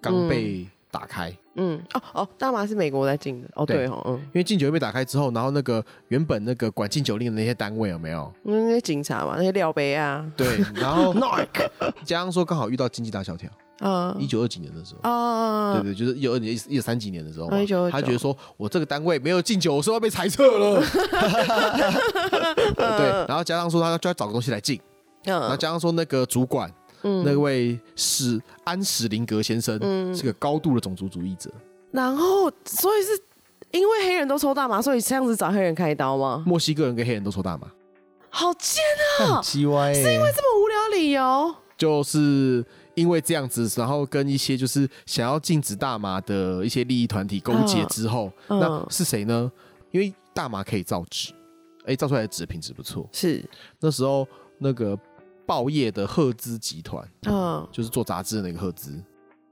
Speaker 2: 刚被打开，
Speaker 3: 嗯，哦哦，大麻是美国在进的，哦
Speaker 2: 对
Speaker 3: 对哦，嗯，
Speaker 2: 因为禁酒令被打开之后，然后那个原本那个管禁酒令的那些单位有没有？
Speaker 3: 那些警察嘛，那些廖
Speaker 2: (laughs)
Speaker 3: 杯啊， (laughs)
Speaker 2: 对，然后加上说刚好遇到经济大萧条，
Speaker 3: 嗯
Speaker 2: (laughs) 一九二几年的时候。
Speaker 3: 啊，
Speaker 2: 对对，就是一二年、一三几年的时候嘛，
Speaker 3: 1929
Speaker 2: 他觉得说我这个单位没有禁酒，我是
Speaker 3: (laughs)
Speaker 2: 要被裁撤了。对，然后加上说他就要找个东西来禁，然后
Speaker 3: 嗯
Speaker 2: 加上说那个主管，那位史安史林格先生、
Speaker 3: 嗯
Speaker 2: 是个高度的种族主义者，
Speaker 3: 然后所以是因为黑人都抽大麻，所以这样子找黑人开刀吗？
Speaker 2: 墨西哥人跟黑人都抽大麻，
Speaker 3: 好贱
Speaker 1: 很
Speaker 3: 啊！
Speaker 1: 鸡歪欸，是因为
Speaker 3: 这么无聊理由，
Speaker 2: 就是因为这样子，然后跟一些就是想要禁止大麻的一些利益团体勾结之后，
Speaker 3: 嗯
Speaker 2: 那是谁呢？因为大麻可以造纸，哎、造出来的纸品质不错。
Speaker 3: 是
Speaker 2: 那时候那个报业的赫兹集团，
Speaker 3: 嗯
Speaker 2: 就是做杂志的那个赫兹，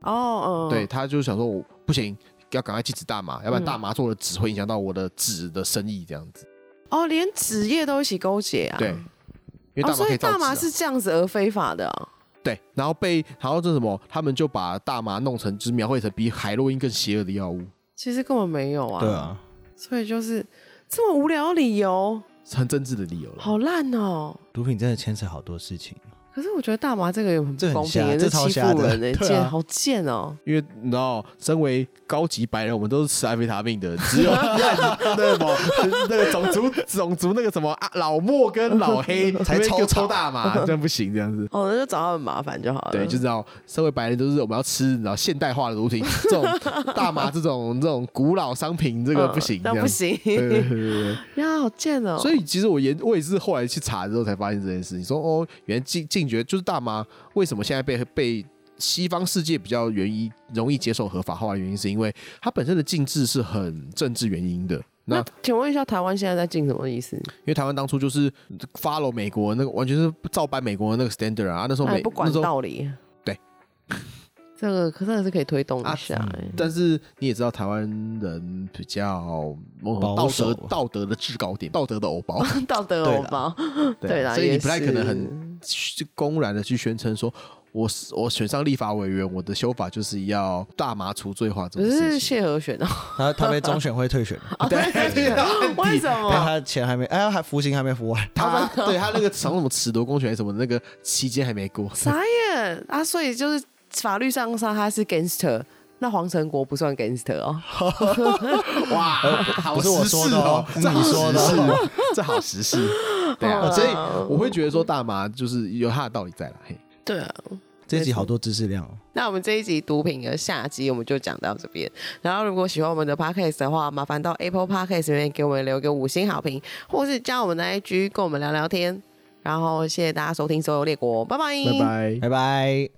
Speaker 3: 哦嗯，嗯
Speaker 2: 对，，他就想说我不行，要赶快禁止大麻，要不然大麻做的纸会影响到我的纸的生意这样子。
Speaker 3: 哦，连职业都一起勾结啊，
Speaker 2: 对，因为大
Speaker 3: 哦，
Speaker 2: 麻
Speaker 3: 所
Speaker 2: 可
Speaker 3: 以
Speaker 2: 造纸、啊
Speaker 3: 大麻是这样子而非法的啊，
Speaker 2: 对，然后被然后这什么，他们就把大麻弄成就是描绘成比海洛因更邪恶的药物，
Speaker 3: 其实根本没有啊，
Speaker 1: 对，啊，
Speaker 3: 所以就是这么无聊的理由，
Speaker 2: 是很政治的理由了。
Speaker 3: 好烂哦。
Speaker 1: 毒品真的牵扯好多事情，
Speaker 3: 可是我觉得大麻这个也很
Speaker 1: 这很
Speaker 3: 不公
Speaker 1: 瞎
Speaker 3: 平，也
Speaker 1: 这
Speaker 3: 是
Speaker 1: 超
Speaker 3: 欺
Speaker 1: 瞎
Speaker 3: 负
Speaker 1: 的
Speaker 2: (laughs)
Speaker 3: 人呢，
Speaker 1: 对啊
Speaker 3: 贱，好贱哦！
Speaker 2: 因为你知道，身为高级白人，我们都是吃安非他命的，只有 (laughs) 那个什么那个种族种族那个什么啊老莫跟老黑
Speaker 1: 才
Speaker 2: 那边
Speaker 1: 抽
Speaker 2: 就
Speaker 1: 草
Speaker 2: 抽大麻，这样不行，这样子。
Speaker 3: 哦，那就找他们麻烦就好了。
Speaker 2: 对，就知道身为白人都是我们要吃，你知道现代化的毒
Speaker 3: (laughs)
Speaker 2: 品，这种大麻这种这种古老商品，这
Speaker 3: 这
Speaker 2: 个不行，这
Speaker 3: 嗯那
Speaker 2: 样
Speaker 3: 不。行
Speaker 2: 对对对对对。
Speaker 3: (laughs) 呀，好贱哦！
Speaker 2: 所以其实我研我也是后来去查之后才发现这件事情，说哦，原来禁禁绝就是大麻为什么现在被被西方世界比较原因容易接受合法化的原因，是因为它本身的禁制是很政治原因
Speaker 3: (laughs)
Speaker 2: 的。那
Speaker 3: 那请问一下，台湾现在在禁什么意思？
Speaker 2: 因为台湾当初就是 follow 美国那个，完全是照搬美国的那个 standard 啊，那时候
Speaker 3: 哎，
Speaker 2: 美
Speaker 3: 不
Speaker 2: 那
Speaker 3: 管
Speaker 2: 时候
Speaker 3: 道理。
Speaker 2: 对，
Speaker 3: (laughs) 这个可真的是可以推动一
Speaker 2: 啊
Speaker 3: 下哎。
Speaker 1: 嗯
Speaker 2: 但是你也知道，台湾人比较某种道
Speaker 1: 保守啊
Speaker 2: 德道德的制高点，道德的欧
Speaker 1: (laughs)
Speaker 2: 包，
Speaker 3: 欸 (laughs) 道德欧包， (laughs) 对啦，
Speaker 2: 啊所以你
Speaker 3: 也
Speaker 2: 不太可能很
Speaker 3: 是
Speaker 2: 去公然的去宣称说，我是我选上立法委员，我的修法就是要大麻除罪化这
Speaker 3: 不
Speaker 2: 种
Speaker 3: 是
Speaker 2: 事情。
Speaker 3: 谢和弦哦，
Speaker 1: 他他被中选会退选，
Speaker 2: 哦
Speaker 3: (laughs) 为什
Speaker 1: 但
Speaker 3: 么？
Speaker 1: 他钱还没，哎，他服刑还没服完，
Speaker 2: 他对他那个什么什么褫夺公权还是什么的那个期间还没过，
Speaker 3: 傻眼啊！所以就是法律上说他是 gangster，那黄成国不算 gangster 哦。啊
Speaker 2: 哇，好
Speaker 1: 呃不是我
Speaker 2: 时
Speaker 1: 说
Speaker 2: 事
Speaker 1: 的哦
Speaker 2: 哦，
Speaker 1: 是
Speaker 2: 这好
Speaker 1: 你说的
Speaker 2: 时事
Speaker 1: 哦，
Speaker 2: 这好时事，对
Speaker 3: 好
Speaker 2: 啊，
Speaker 3: 啦
Speaker 2: 所以我会觉得说大麻就是有它的道理在了，嘿，
Speaker 3: 对啊，
Speaker 1: 这一集好多知识量哦。
Speaker 3: 那我们这一集毒品的下集我们就讲到这边。然后如果喜欢我们的 podcast 的话，麻烦到 Apple Podcast 里面给我们留个五星好评，或是加我们的 IG 跟我们聊聊天。然后谢谢大家收听《所有列国》，拜拜
Speaker 2: 拜拜。
Speaker 1: 拜拜。